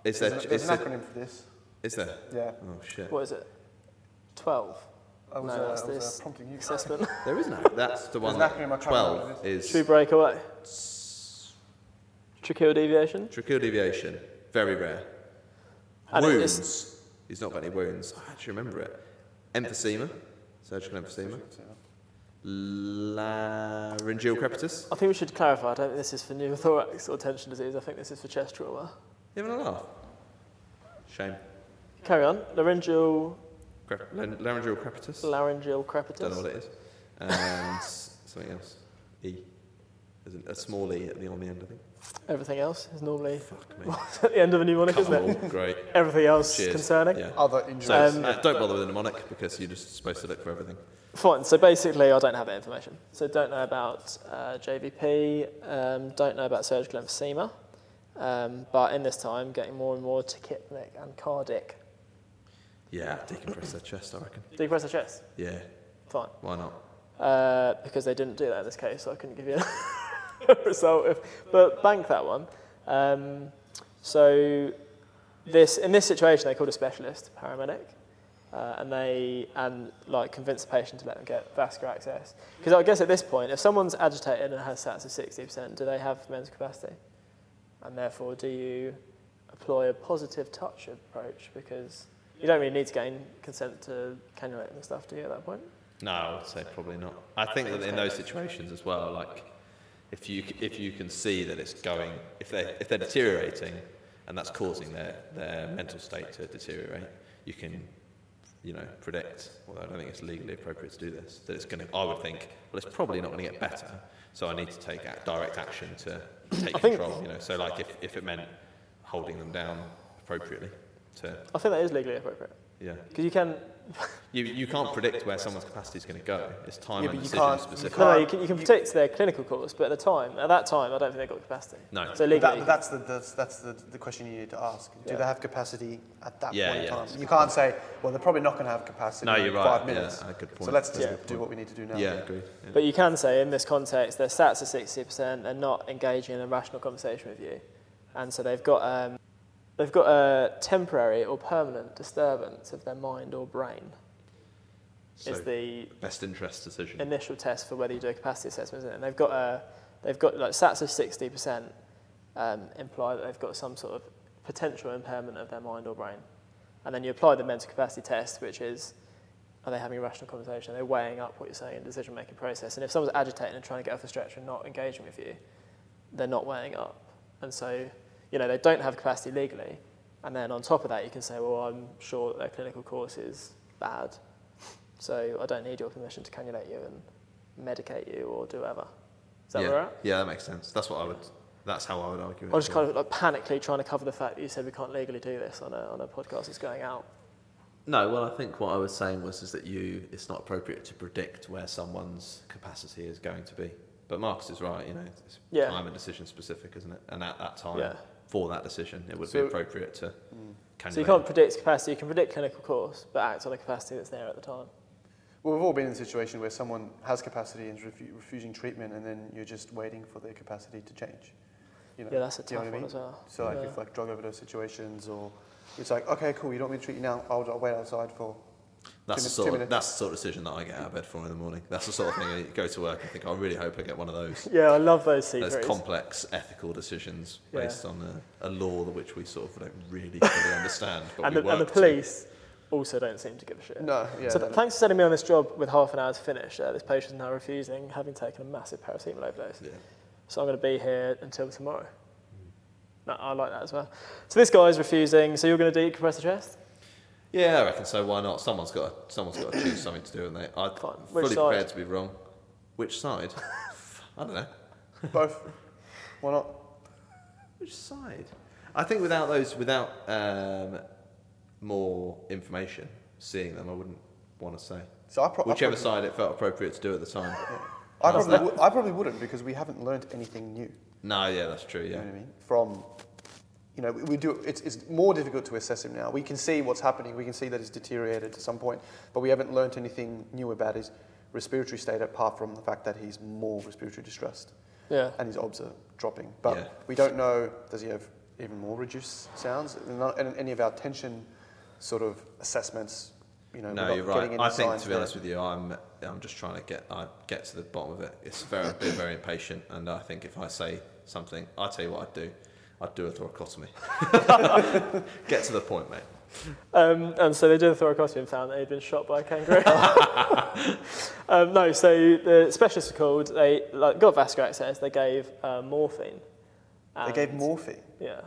Is there?
There's, an- there's
Is
an
there,
acronym for this.
is there?
Yeah.
Oh shit!
What is it? Twelve.
I was,
no,
uh,
that's
I was, uh,
this
prompting you.
assessment.
There is no. That's the one.
an
that-
acronym, I can't remember
Twelve
what
is
True breakaway. Tracheal deviation.
tracheal deviation. Very rare.
And it- it's-
wounds. He's not got any wounds. I actually remember it. Emphysema, surgical emphysema. Laryngeal crepitus.
I think we should clarify. I don't think this is for pneumothorax or tension disease. I think this is for chest trauma.
You having a laugh? Shame.
Carry on. Laryngeal,
Crep- lar- laryngeal crepitus.
laryngeal
Don't know
crepitus.
what it is. And s- something else. E. There's an- a small e at the on the end, I think.
Everything else is normally
Fuck me.
what's at the end of a mnemonic,
Come
isn't it?
on, great.
Everything else
Cheers.
concerning.
Yeah.
Other
So
injuries.
uh, don't bother with a mnemonic because you're just supposed to look for everything.
Fine. So basically, I don't have that information. So don't know about uh, JVP. Um, don't know about surgical emphysema. Um, but in this time, getting more and more tachypnic and cardiac.
Yeah, decompress their chest, I reckon.
Decompress the chest.
Yeah,
Fine.
why not?
uh, because they didn't do that in this case, so I couldn't give you a result. If, but bank that one. Um, so this in this situation, they called a specialist paramedic, uh, and they and like convinced the patient to let them get vascular access. Because I guess at this point, if someone's agitated and has SATs of sixty percent, do they have mental capacity? And therefore, do you employ a positive touch approach because you don't really need to gain consent to cannulate and stuff, do you, at that point?
No, I would say probably not. I think that in those situations as well, like if you c- if you can see that it's going, if they if they're deteriorating, and that's causing their their mental state to deteriorate, you can, you know, predict. Although I don't think it's legally appropriate to do this. That it's going to. I would think, well, it's probably not going to get better. So I need to take ac direct action to take
think-
control. You know, so like if if it meant holding them down appropriately, to
I think that is legally appropriate
yeah.
because you can.
You, you can't predict where someone's capacity is going to go. It's time
Yeah,
and
but you
decision
can't- you
specific.
No, no, you can, you can predict their clinical course, but at the time, at that time, I don't think they got capacity.
No.
So
But
legally,
that- but that's the, that's, that's the, the question you need to ask. Do
Yeah.
they have capacity at that
Yeah,
point
yeah,
in time?
that's a
You can't say, well, they're probably not going to have capacity
No,
in
you're
five
right.
minutes.
Yeah, a good
So
point.
let's
That's
just
a good
do
point.
what we need to do now.
yeah, agree. Yeah.
but you can say in this context, their stats are 60%. They're not engaging in a rational conversation with you, and so they've got um, they've got a temporary or permanent disturbance of their mind or brain.
So,
is the
best interest decision.
initial test for whether you do a capacity assessment, isn't it? And they've got a, they've got like sats of 60% um, imply that they've got some sort of potential impairment of their mind or brain. And then you apply the mental capacity test, which is are they having a rational conversation? Are they weighing up what you're saying in the decision making process? And if someone's agitating and trying to get off the stretcher and not engaging with you, they're not weighing up. And so, you know, they don't have capacity legally. And then on top of that, you can say, well, I'm sure that their clinical course is bad. So I don't need your permission to cannulate you and medicate you or do whatever. Is that
yeah.
all right?
Yeah, that makes sense. That's what I would. That's how I would argue.
I
it as
was just kind
well.
of like panically trying to cover the fact that you said we can't legally do this on a, on a podcast that's going out.
No, well, I think what I was saying was is that you it's not appropriate to predict where someone's capacity is going to be. But Marcus is right, you know, it's
Yeah.
time and decision specific, isn't it? And at that time,
Yeah.
for that decision, it would
So- Mm.
be appropriate to. Can
So you
make-
can't predict capacity, you can predict clinical course, but act on the capacity that's there at the time.
Well, we've all been in a situation where someone has capacity and is refu- refusing treatment, and then you're just waiting for their capacity to change. You know,
Yeah, that's a
do you
tough
know what I
one
mean?
as well.
So, like,
Yeah.
if like drug overdose situations, or it's like, okay, cool, you don't want me to treat you now. I'll, I'll wait outside for. two
That's the
min-
sort
two
of,
minutes.
that's the sort of decision that I get out of bed for in the morning. That's the sort of thing I go to work and think. I really hope I get one of those.
Yeah, I love those
Those
secrets.
complex ethical decisions
Yeah.
based on a, a law that which we sort of don't really fully understand. But
and,
we
the, and the
work to.
police also don't seem to give a shit.
No, yeah.
so
no, no.
thanks for sending me on this job with half an hour's finish. Uh, this patient now refusing, having taken a massive paracetamol overdose.
Yeah.
So I'm going to be here until tomorrow. No, I like that as well. So this guy's refusing. So you're going to decompress the chest?
Yeah, I reckon so. Why not? Someone's got to, someone's got to choose something to do, and they I'm
Fine.
fully
Which side?
prepared to be wrong. Which side? I don't know.
Both. Why not?
Which side? I think without those, without um, more information, seeing them, I wouldn't want to say.
So I pro- I
Whichever
probably-
side it felt appropriate to do at the time.
I probably, w- I probably wouldn't because we haven't learned anything new.
No, yeah, that's true.
You
Yeah,
know what I mean? From, you know, we we do. It's, it's more difficult to assess him now. We can see what's happening. We can see that it's deteriorated to some point, but we haven't learnt anything new about his respiratory state apart from the fact that he's more respiratory distressed
Yeah.
and his obs are dropping. But
Yeah.
we don't know. Does he have even more reduced sounds? And Not and any of our tension sort of assessments. You know, we're
No,
not
you're right.
getting any
I think,
signs
to be honest
there.
with you, I'm I'm just trying to get I get to the bottom of it. It's very being very impatient, and I think if I say something, I tell you what I'd do. I'd do a thoracotomy. get to the point, mate.
Um, and so they did a thoracotomy and found that he'd been shot by a kangaroo. um, no, so the specialists were called. They like, got vascular access. They gave uh, morphine.
they
And-
gave morphine.
Yeah,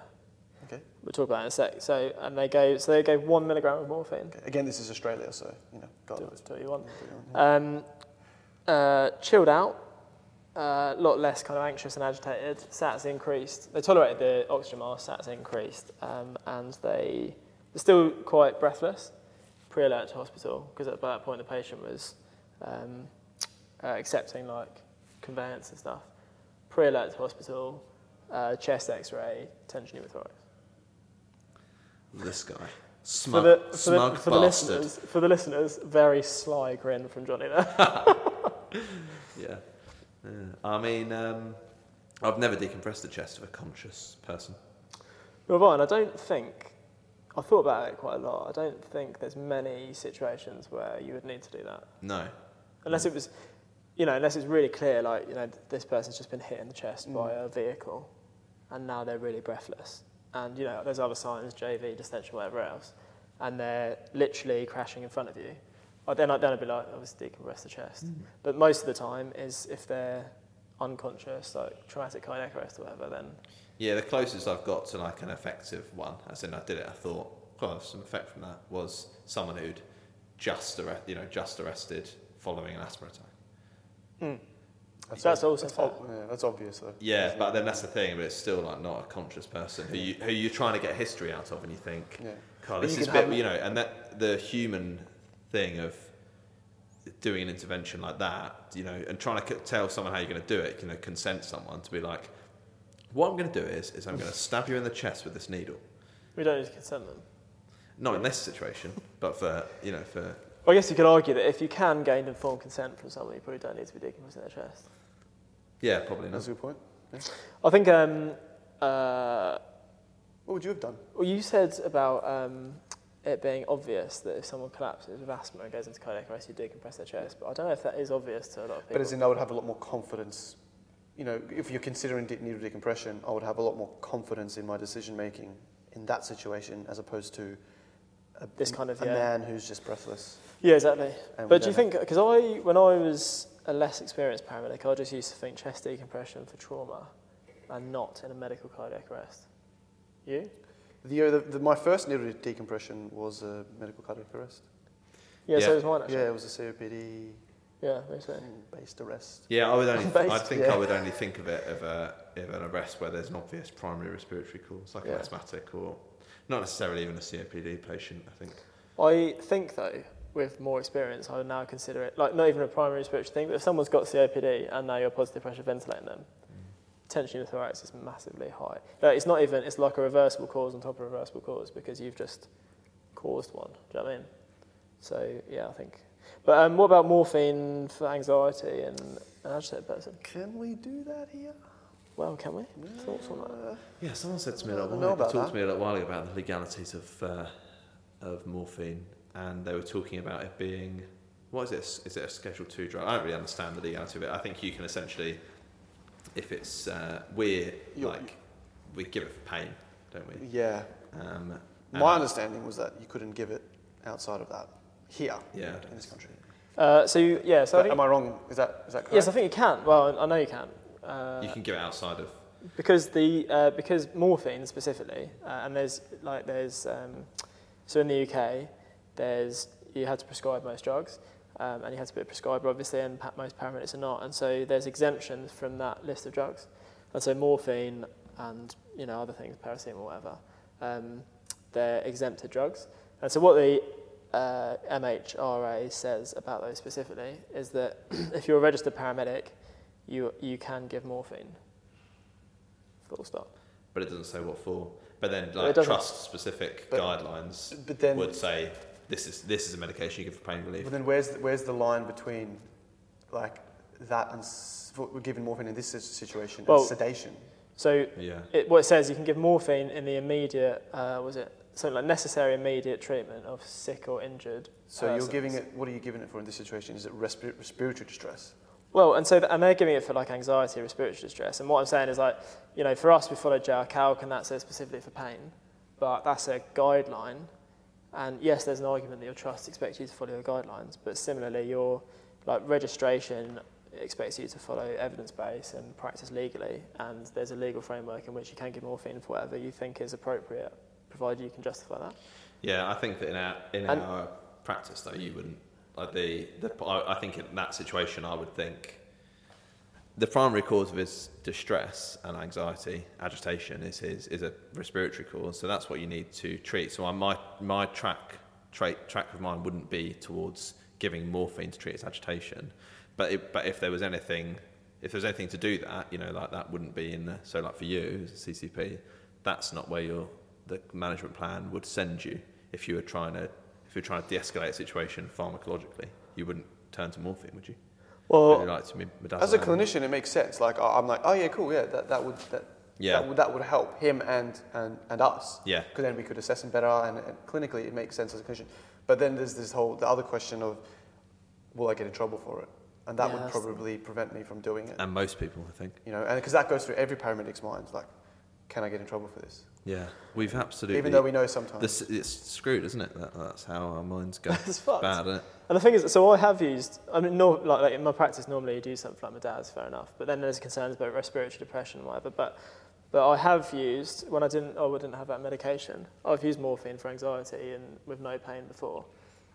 Okay.
we'll talk about that in a sec. So and they gave so they gave one milligram of morphine.
Okay. Again, this is Australia, so you know, God
Do,
knows.
do what you want. Um, uh, chilled out, a lot less kind of anxious and agitated. Sats increased. They tolerated the oxygen mask. Sats increased, um, and they were still quite breathless. Pre-alert to hospital because at by that point the patient was um, uh, accepting like conveyance and stuff. Pre-alert to hospital, uh, chest X-ray, tension pneumothorax.
This guy,
For
smug,
the, for,
smug
the, for, the
bastard.
listeners, for the listeners, very sly grin from Johnny there.
yeah. yeah. I mean, um, I've never decompressed the chest of a conscious person.
Well, Ryan, I don't think I thought about it quite a lot. I don't think there's many situations where you would need to do that,
No.
unless it was, you know, unless it's really clear, like you know, th- this person's just been hit in the chest by a vehicle, and now they're really breathless, and you know, there's other signs, JV, distension, whatever else, and they're literally crashing in front of you. I- Then, I- then I'd be like, obviously decompress the chest. But most of the time is if they're unconscious, like traumatic cardiac arrest or whatever, then
Yeah, the closest I've got to like an effective one, as in I did it, I thought, well, there's some effect from that was someone who'd just arre- you know just arrested following an asthma attack.
That's also
that's,
fair.
ob- yeah, that's obvious though.
Yeah, but then that's the thing, but it's still like not a conscious person who you who you're trying to get history out of, and you think,
Yeah. But
God, this
you
is a
could
bit
have-
you know, and that the human thing of doing an intervention like that, you know, and trying to c- tell someone how you're going to do it, you know, consent someone to be like, what I'm going to do is is I'm going to stab you in the chest with this needle.
we don't need to consent them.
Not in this situation, but for you know for
Well, I guess you could argue that if you can gain informed consent from someone, you probably don't need to be decompressing their chest.
yeah, probably not.
That's a good point. Yeah.
I think um, uh,
What would you have done?
well, you said about um, it being obvious that if someone collapses with asthma and goes into cardiac arrest, you decompress their chest. But I don't know if that is obvious to a lot of people.
But as in, I would have a lot more confidence. You know, if you're considering de- needle decompression, I would have a lot more confidence in my decision making in that situation as opposed to a,
This kind of,
a
yeah.
man who's just breathless.
Yeah, exactly.
And Uh, we
But do you
don't
think, because I, when I was a less experienced paramedic, I just used to think chest decompression for trauma and not in a medical cardiac arrest. You?
The, uh, the, the, my first needle decompression was a medical cardiac arrest.
Yeah,
Yeah.
so was mine actually.
Yeah, it was a COPD
Yeah, me too.
based arrest.
Yeah, I would only. I
Based,
think
yeah.
I would only think of it of a of an arrest where there's an obvious primary respiratory cause, like
Yeah.
an asthmatic or not necessarily even a COPD patient. I think
I think though, with more experience, I would now consider it like not even a primary spiritual thing, but if someone's got COPD and now you're positive pressure ventilating them, tension in the thorax is massively high. Like, it's not even it's like a reversible cause on top of a reversible cause because you've just caused one. Do you know what I mean? So yeah, I think. But um, what about morphine for anxiety and an agitated person?
Can we do that here?
Well, can we? Thoughts on that?
Yeah, someone said to me a
I
little
don't
while
know about
talked to
that.
me a little while ago about the legalities of uh, of morphine, and they were talking about it being what is this? Is it a Schedule Two drug? I don't really understand the legality of it. I think you can essentially, if it's uh, we're
You're-
like we give it for pain, don't we?
Yeah.
Um, and
My
I-
understanding was that you couldn't give it outside of that here
Yeah.
in this country.
Uh, so you, yeah, so I
But
think,
am I wrong? Is that is that correct?
yes, I think you can. Well, I know you can. Uh,
you can give it outside of
because the uh, because morphine specifically, uh, and there's like there's um, so in the UK, there's you had to prescribe most drugs, um, and you had to be a prescriber obviously, and pa- most paramedics are not, and so there's exemptions from that list of drugs, and so morphine and you know other things, paracetamol, whatever, um, they're exempted drugs, and so what the uh, MHRA says about those specifically is that if you're a registered paramedic, you you can give morphine. Full stop.
but it doesn't say what for. But then,
it
like
doesn't-
trust specific
but-
guidelines
but then-
would say this is this is a medication you give for pain relief.
But then where's the, where's the line between like that and s- what we're giving morphine in this si- situation
Well-
and sedation?
So
Yeah.
it, what it says, you can give morphine in the immediate, uh, was it something like necessary immediate treatment of sick or injured.
So
persons.
you're giving it. What are you giving it for in this situation? Is it respi- respiratory distress?
Well, and so th- and they're giving it for like anxiety, respiratory distress. And what I'm saying is like, you know, for us, we follow JR Calc, and that says specifically for pain, but that's a guideline. And yes, there's an argument that your trust expects you to follow the guidelines, but similarly, your like registration expects you to follow evidence base and practice legally. And there's a legal framework in which you can give morphine for whatever you think is appropriate, provided you can justify that.
Yeah, I think that in our in
And-
our practice though, you wouldn't like the, the I, I think in that situation, I would think the primary cause of his distress and anxiety, agitation, is his is a respiratory cause. So that's what you need to treat. So I, my my track trait track of mine wouldn't be towards giving morphine to treat his agitation, but it, but if there was anything. If there's anything to do that, you know, like that wouldn't be in there. So, like for you as a CCP, that's not where your the management plan would send you if you were trying to if you're trying to de-escalate a situation pharmacologically. You wouldn't turn to morphine, would you?
Well,
Really like to me- me
As a
dazzle and-
clinician, it makes sense. Like I- I'm like, oh yeah, cool, yeah, that, that would that,
Yeah.
that would that would help him and and, and us.
Yeah.
Because then we could assess him better, and, and clinically it makes sense as a clinician. But then there's this whole the other question of, will I get in trouble for it? And that
Yeah,
would
that's the-
probably prevent me from doing it.
And most people, I think.
you know, and because that goes through every paramedic's minds, like, can I get in trouble for this?
Yeah, we've absolutely.
Even though we know sometimes.
this, it's screwed, isn't it? That, that's how our minds go.
It's fucked.
Bad, isn't it?
And the thing is, so I have used, I mean, no, like, like in my practice, normally you do something like my dad's, fair enough. But then there's concerns about respiratory depression and whatever. But, but I have used, when I didn't, oh, I didn't have that medication, I've used morphine for anxiety and with no pain before.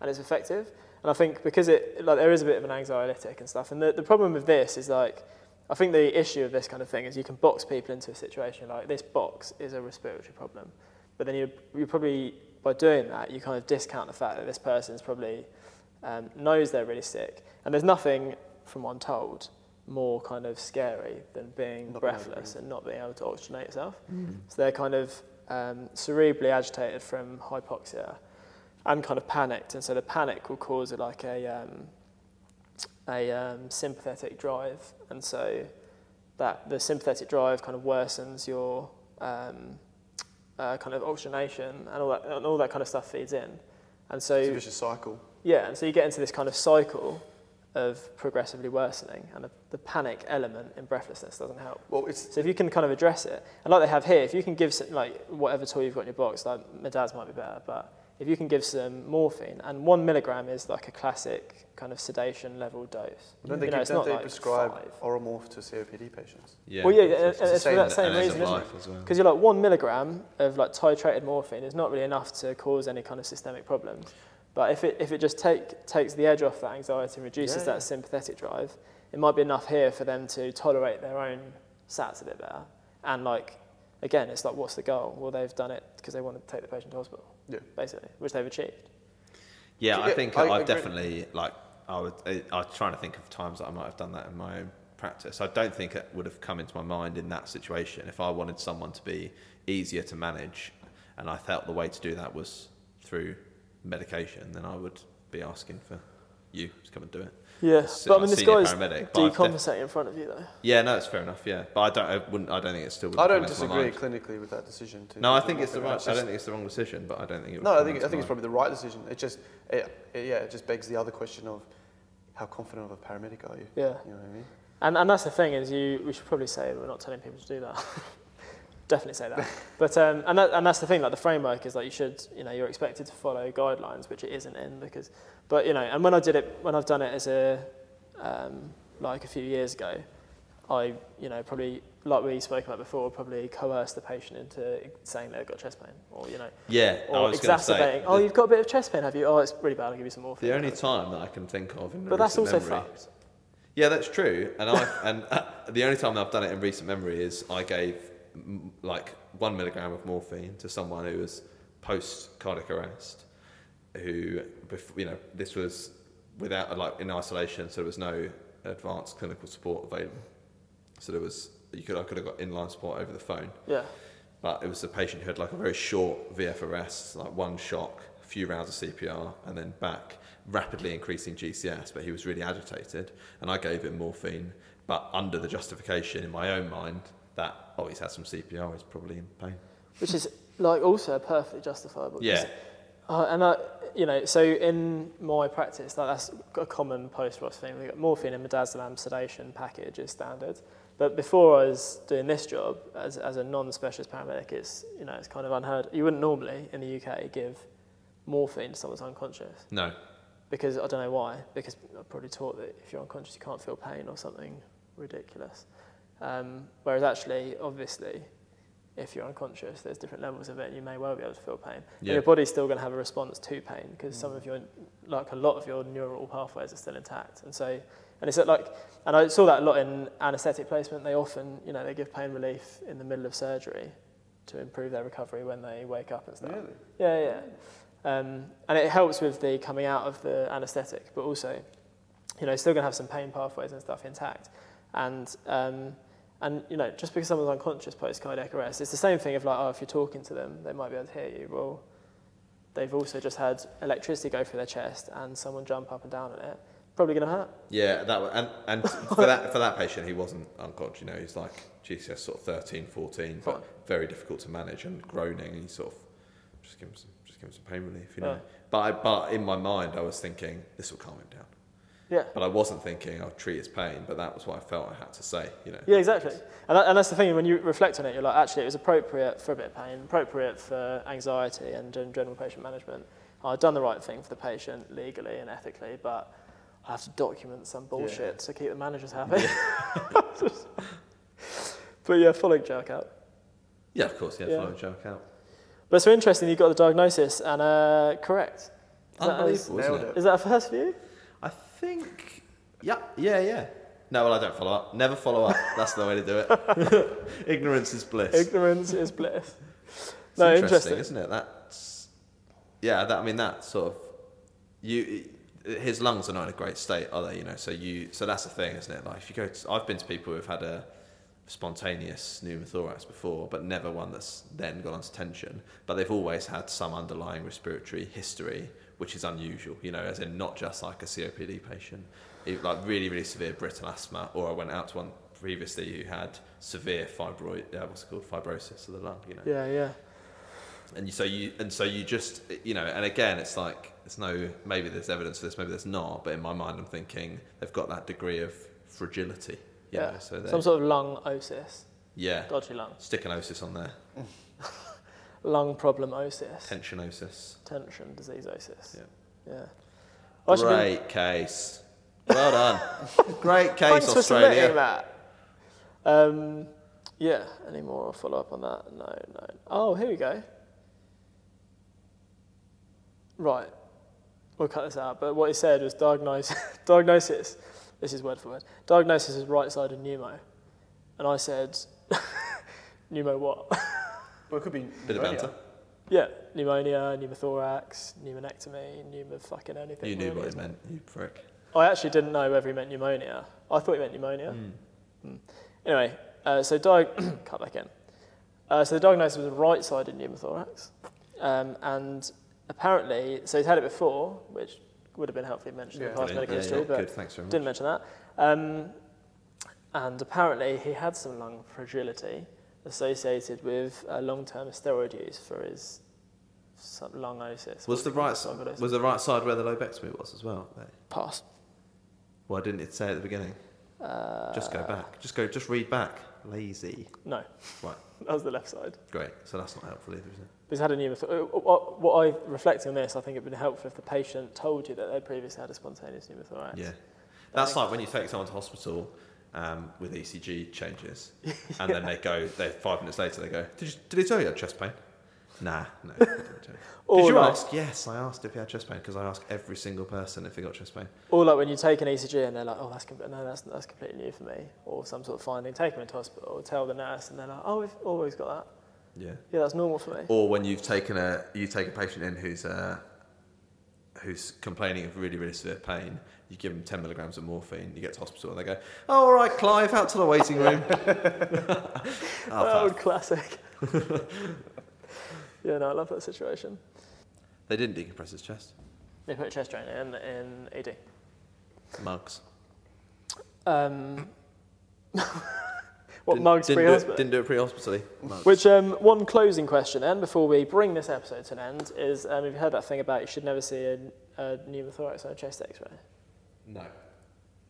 And it's effective. And I think because it, like, there is a bit of an anxiolytic and stuff. And the, the problem with this is like, I think the issue of this kind of thing is you can box people into a situation like this box is a respiratory problem. But then you, you probably, by doing that, you kind of discount the fact that this person's probably um, knows they're really sick. And there's nothing, from what I'm told, more kind of scary than being
Not being able to Mm-hmm.
breathless and not being able to oxygenate yourself. So they're kind of um, cerebrally agitated from hypoxia and kind of panicked. And so the panic will cause like a, um, a um, sympathetic drive. And so that the sympathetic drive kind of worsens your um, uh, kind of oxygenation and all that, and all that kind of stuff feeds in. And so
It's a vicious cycle.
yeah, and so you get into this kind of cycle of progressively worsening, and the, the panic element in breathlessness doesn't help.
Well, it's
So if you can kind of address it, and like they have here, if you can give some, like whatever tool you've got in your box, like my dad's might be better, but if you can give some morphine, and one milligram is like a classic kind of sedation level dose.
don't they,
You know,
give,
it's
don't
not
they
like
prescribe
five.
oral morph to COPD patients?
Yeah.
Well, yeah, and- and
the
it's for
same-
that same
and it's
reason, isn't
of
it?
life as well.
Because you're like one milligram of like titrated morphine is not really enough to cause any kind of systemic problems. But if it, if it just take, takes the edge off that anxiety and reduces
Yeah, yeah.
that sympathetic drive, it might be enough here for them to tolerate their own SATs a bit better. And like, again, it's like, what's the goal? Well, they've done it because they want to take the patient to hospital,
Yeah.
basically, which they've achieved.
Yeah,
Yeah,
I think
I
I, have
agree.
definitely like I would. I, I'm trying to think of times that I might have done that in my own practice. I don't think it would have come into my mind in that situation if I wanted someone to be easier to manage, and I felt the way to do that was through medication. Then I would be asking for you to come and do it.
Yes,
Sit
but I
my
mean, this
senior
guy's
paramedic, but I've
decompensating in front of you, though.
Yeah, no, it's fair enough. Yeah, but I don't. I wouldn't. I don't think it's still.
I don't
come into my
disagree
mind.
clinically with that decision. To
No, I
to
think
look
it's the
at
right.
it. It's
I
just-
don't think it's the wrong decision, but I don't think. It would
No, I
come
think I
into
think it's
mind.
probably the right decision. It just, it, it- yeah, it just begs the other question of how confident of a paramedic are you?
Yeah.
You know what I mean?
And, and that's the thing is you, we should probably say we're not telling people to do that. Definitely say that. But um, and, that, and that's the thing, like the framework is like you should, you know, you're expected to follow guidelines, which it isn't in because, but you know, and when I did it, when I've done it as a, um, like a few years ago, I, you know, probably like we spoke about before, probably coerced the patient into saying they've got chest pain or you know,
Yeah, I
or
was gonna say,
exacerbating. oh,
the-
you've got a bit of chest pain, have you? Oh, it's really bad. I'll give you some morphine.
The only time that I can think of in
but that's
recent
also
memory,
fucked.
Yeah, that's true. And I and uh, the only time that I've done it in recent memory is I gave mm, like one milligram of morphine to someone who was post cardiac arrest, who bef- you know this was without like in isolation, so there was no advanced clinical support available. So there was you could I could have got inline support over the phone.
Yeah.
But it was a patient who had like a very short VFRS, like one shock, a few rounds of CPR, and then back, rapidly increasing GCS. But he was really agitated, and I gave him morphine, but under the justification in my own mind that oh he's had some CPR, he's probably in pain.
which is like also perfectly justifiable.
Yeah.
Uh, and I, you know, so in my practice, like that's a common post-ROS thing. We got morphine and midazolam sedation package is standard. But before I was doing this job as, as a non-specialist paramedic, it's you know it's kind of unheard. You wouldn't normally in the UK give morphine to someone who's unconscious
No,
because I don't know why. Because I probably taught that if you're unconscious, you can't feel pain or something ridiculous. Um, whereas actually, obviously, if you're unconscious, there's different levels of it, and you may well be able to feel pain.
Yeah.
And your body's still going to have a response to pain because some of your, like a lot of your neural pathways are still intact. And so, and it's like, and I saw that a lot in anaesthetic placement. They often, you know, they give pain relief in the middle of surgery to improve their recovery when they wake up and stuff.
Really?
Yeah, yeah. Um, and it helps with the coming out of the anaesthetic, but also, you know, still going to have some pain pathways and stuff intact. And, um, and you know, just because someone's unconscious post cardiac arrest, it's the same thing of like, oh, if you're talking to them, they might be able to hear you. Well, they've also just had electricity go through their chest and someone jump up and down on it. Probably going to hurt.
yeah, that wa- and and for that for that patient he wasn't unconscious. You know, he's like GCS sort of 13,
Fine.
14, but very difficult to manage and groaning, and he sort of just give him some just give him some pain relief. You know,
Yeah.
but I, but in my mind I was thinking this will calm him down.
Yeah.
But I wasn't thinking I'll treat his pain, but that was what I felt I had to say, you know.
Yeah, exactly. And, that, and that's the thing, when you reflect on it, you're like, actually, it was appropriate for a bit of pain, appropriate for anxiety and gen- general patient management. I've done the right thing for the patient legally and ethically, but I have to document some bullshit to keep the managers happy. but yeah, following jerk out.
Yeah, of course, yeah,
Yeah.
follow a joke out.
But it's so interesting, you got the diagnosis and uh, correct. that is-
Unbelievable, isn't
Nailed
it?
Is that a first for you?
I think Yeah, yeah, yeah. No, well I don't follow up. Never follow up. That's the way to do it. Ignorance is bliss.
Ignorance is bliss.
It's
No,
interesting,
interesting.
isn't it? That's yeah, that I mean that sort of you his lungs are not in a great state, are they? You know, so you so that's the thing, isn't it? Like if you go to I've been to people who've had a spontaneous pneumothorax before, but never one that's then gone on to tension. But they've always had some underlying respiratory history, which is unusual, you know, as in not just like a COPD patient, it, like really, really severe brittle asthma, or I went out to one previously who had severe fibroid, uh, what's it called, fibrosis of the lung, you know
Yeah, yeah.
and you- so you and so you just you know and again it's like it's no maybe there's evidence for this maybe there's not but in my mind i'm thinking they've got that degree of fragility you
yeah.
know, so they
Some sort of lung osis,
yeah
dodgy lung.
stickinosis on there
lung problemosis,
tensionosis
tension diseaseosis.
Yeah.
Yeah. I should be-
great case well done great case
Thanks for
australia
submitting that. Um, yeah. Any more follow up on that? No, no. Oh, here we go. Right. We'll cut this out. But what he said was diagnose, diagnosis. This is word for word. Diagnosis is right sided pneumo. And I said, pneumo what?
Well, it could be
bit of
pneumonia.
banter
Yeah, pneumonia, pneumothorax, pneumonectomy, pneumo fucking anything.
You knew
really,
what it
isn't
meant, you prick.
I actually didn't know whether he meant pneumonia. I thought he meant pneumonia. Mm. Anyway, uh, so diag- cut back in. Uh, so the diagnosis was right-sided pneumothorax, um, and apparently, so he's had it before, which would have been helpfully mentioned in
Yeah.
past
Brilliant.
medical
Yeah,
history,
yeah,
but
good, thanks very
didn't mention that. Um, and apparently, he had some lung fragility associated with uh, long-term steroid use for his some lungosis.
Was the right side,
Sarcoidosis.
was the right side where the lobectomy was as well? though?
pass?
Why didn't it say at the beginning?
Uh,
just go back. Just go. Just read back. Lazy.
No,
Right.
that was the left side.
Great. So that's not helpful either, is it?
He's had a pneumothorax. uh, What, what I reflecting on this, I think it'd been helpful if the patient told you that they previously had a spontaneous pneumothorax.
Yeah. That's like when you take someone to hospital um, with ECG changes, and then they go. They five minutes later they go. Did you, did he tell you had chest pain? Nah, no. I didn't tell you.
Or
did you
like-
ask? Yes, I asked if he had chest pain because I ask every single person if they got chest pain.
Or like when you take an ECG and they're like, oh, that's com- no, that's that's completely new for me, or some sort of finding. Take them into hospital, tell the nurse, and they're like, oh, we've always got that.
Yeah.
Yeah, that's normal for me.
Or when you've taken a you take a patient in who's uh, who's complaining of really really severe pain, you give them ten milligrams of morphine. You get to hospital and they go, oh, "All right, Clive, out to the waiting room."
Oh, classic. yeah, no, I love that situation.
they didn't decompress his chest.
They put a chest drain in in E ED.
Mugs.
Um, what
Didn't-
mugs
didn't
free
do it-
hospital?
Didn't do it pre-hospitally. Mugs.
Which um, one closing question then before we bring this episode to an end is: um, Have you heard that thing about you should never see a, a pneumothorax on a chest X-ray?
No.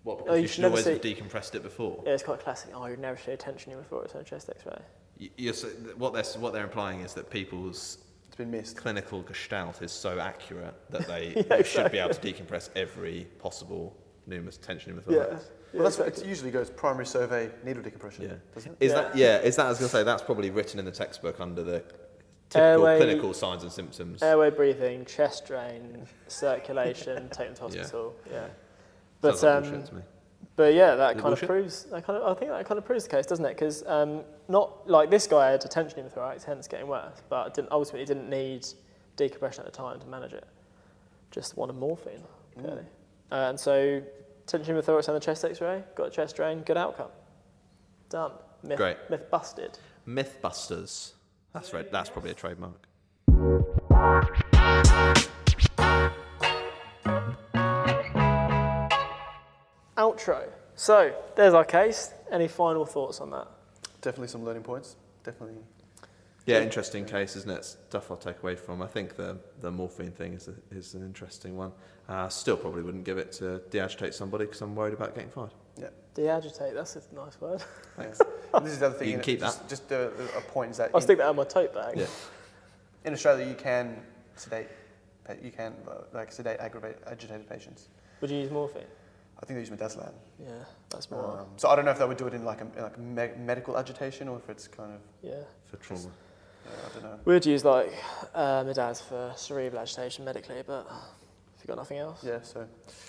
What?
because Oh, you you should should never always have say-
decompressed it before.
Yeah, it's quite classic. Oh, you'd never see a tension pneumothorax on a chest X-ray.
what they're what they're implying is that people's
It's been missed.
clinical gestalt is so accurate that they
Yeah,
should be able to decompress every possible pneumos, tension
Yeah,
pneumothorax.
Well, that's it usually goes primary survey, needle decompression.
Yeah.
Doesn't it?
Is that yeah? Is that I was going to say that's probably written in the textbook under the typical
Airway-
clinical signs and symptoms.
airway breathing, chest drain, circulation, take them to hospital. Yeah, but
Sounds like
um,
bullshit to me.
But yeah, that
it
kind of
bullshit?
proves. That kind of, I think that kind of proves the case, doesn't it? Because um, not like this guy had a tension pneumothorax, hence getting worse, but didn't, ultimately didn't need decompression at the time to manage it. Just wanted morphine,
Mm.
clearly. Uh, and so tension pneumothorax on the chest X-ray, got a chest drain, good outcome. Done. Myth,
Great.
myth busted.
MythBusters. That's right. That's probably a trademark.
Outro. So there's our case. Any final thoughts on that?
Definitely some learning points. Definitely.
Yeah, interesting case, isn't it? Stuff I'll take away from. I think the the morphine thing is a, is an interesting one. Uh, still, probably wouldn't give it to deagitate somebody because I'm worried about getting fired.
Yeah.
De-agitate. That's a nice word.
Thanks.
And this is the other thing.
You can
innit?
keep
just,
that.
Just uh, a point is that
I'll
in,
stick that in my tote bag.
yeah.
in Australia you can sedate, pa- you can uh, like sedate aggravate agitated patients.
Would you use morphine?
I think they use midazolam.
Yeah, that's
Uh,
more.
Um, so I don't know if they would do it in like a in like me- medical agitation or if it's kind of
yeah.
For trauma.
yeah, I don't know.
We'd use like uh, Midaz for cerebral agitation medically, but if you've got nothing else,
Yeah. So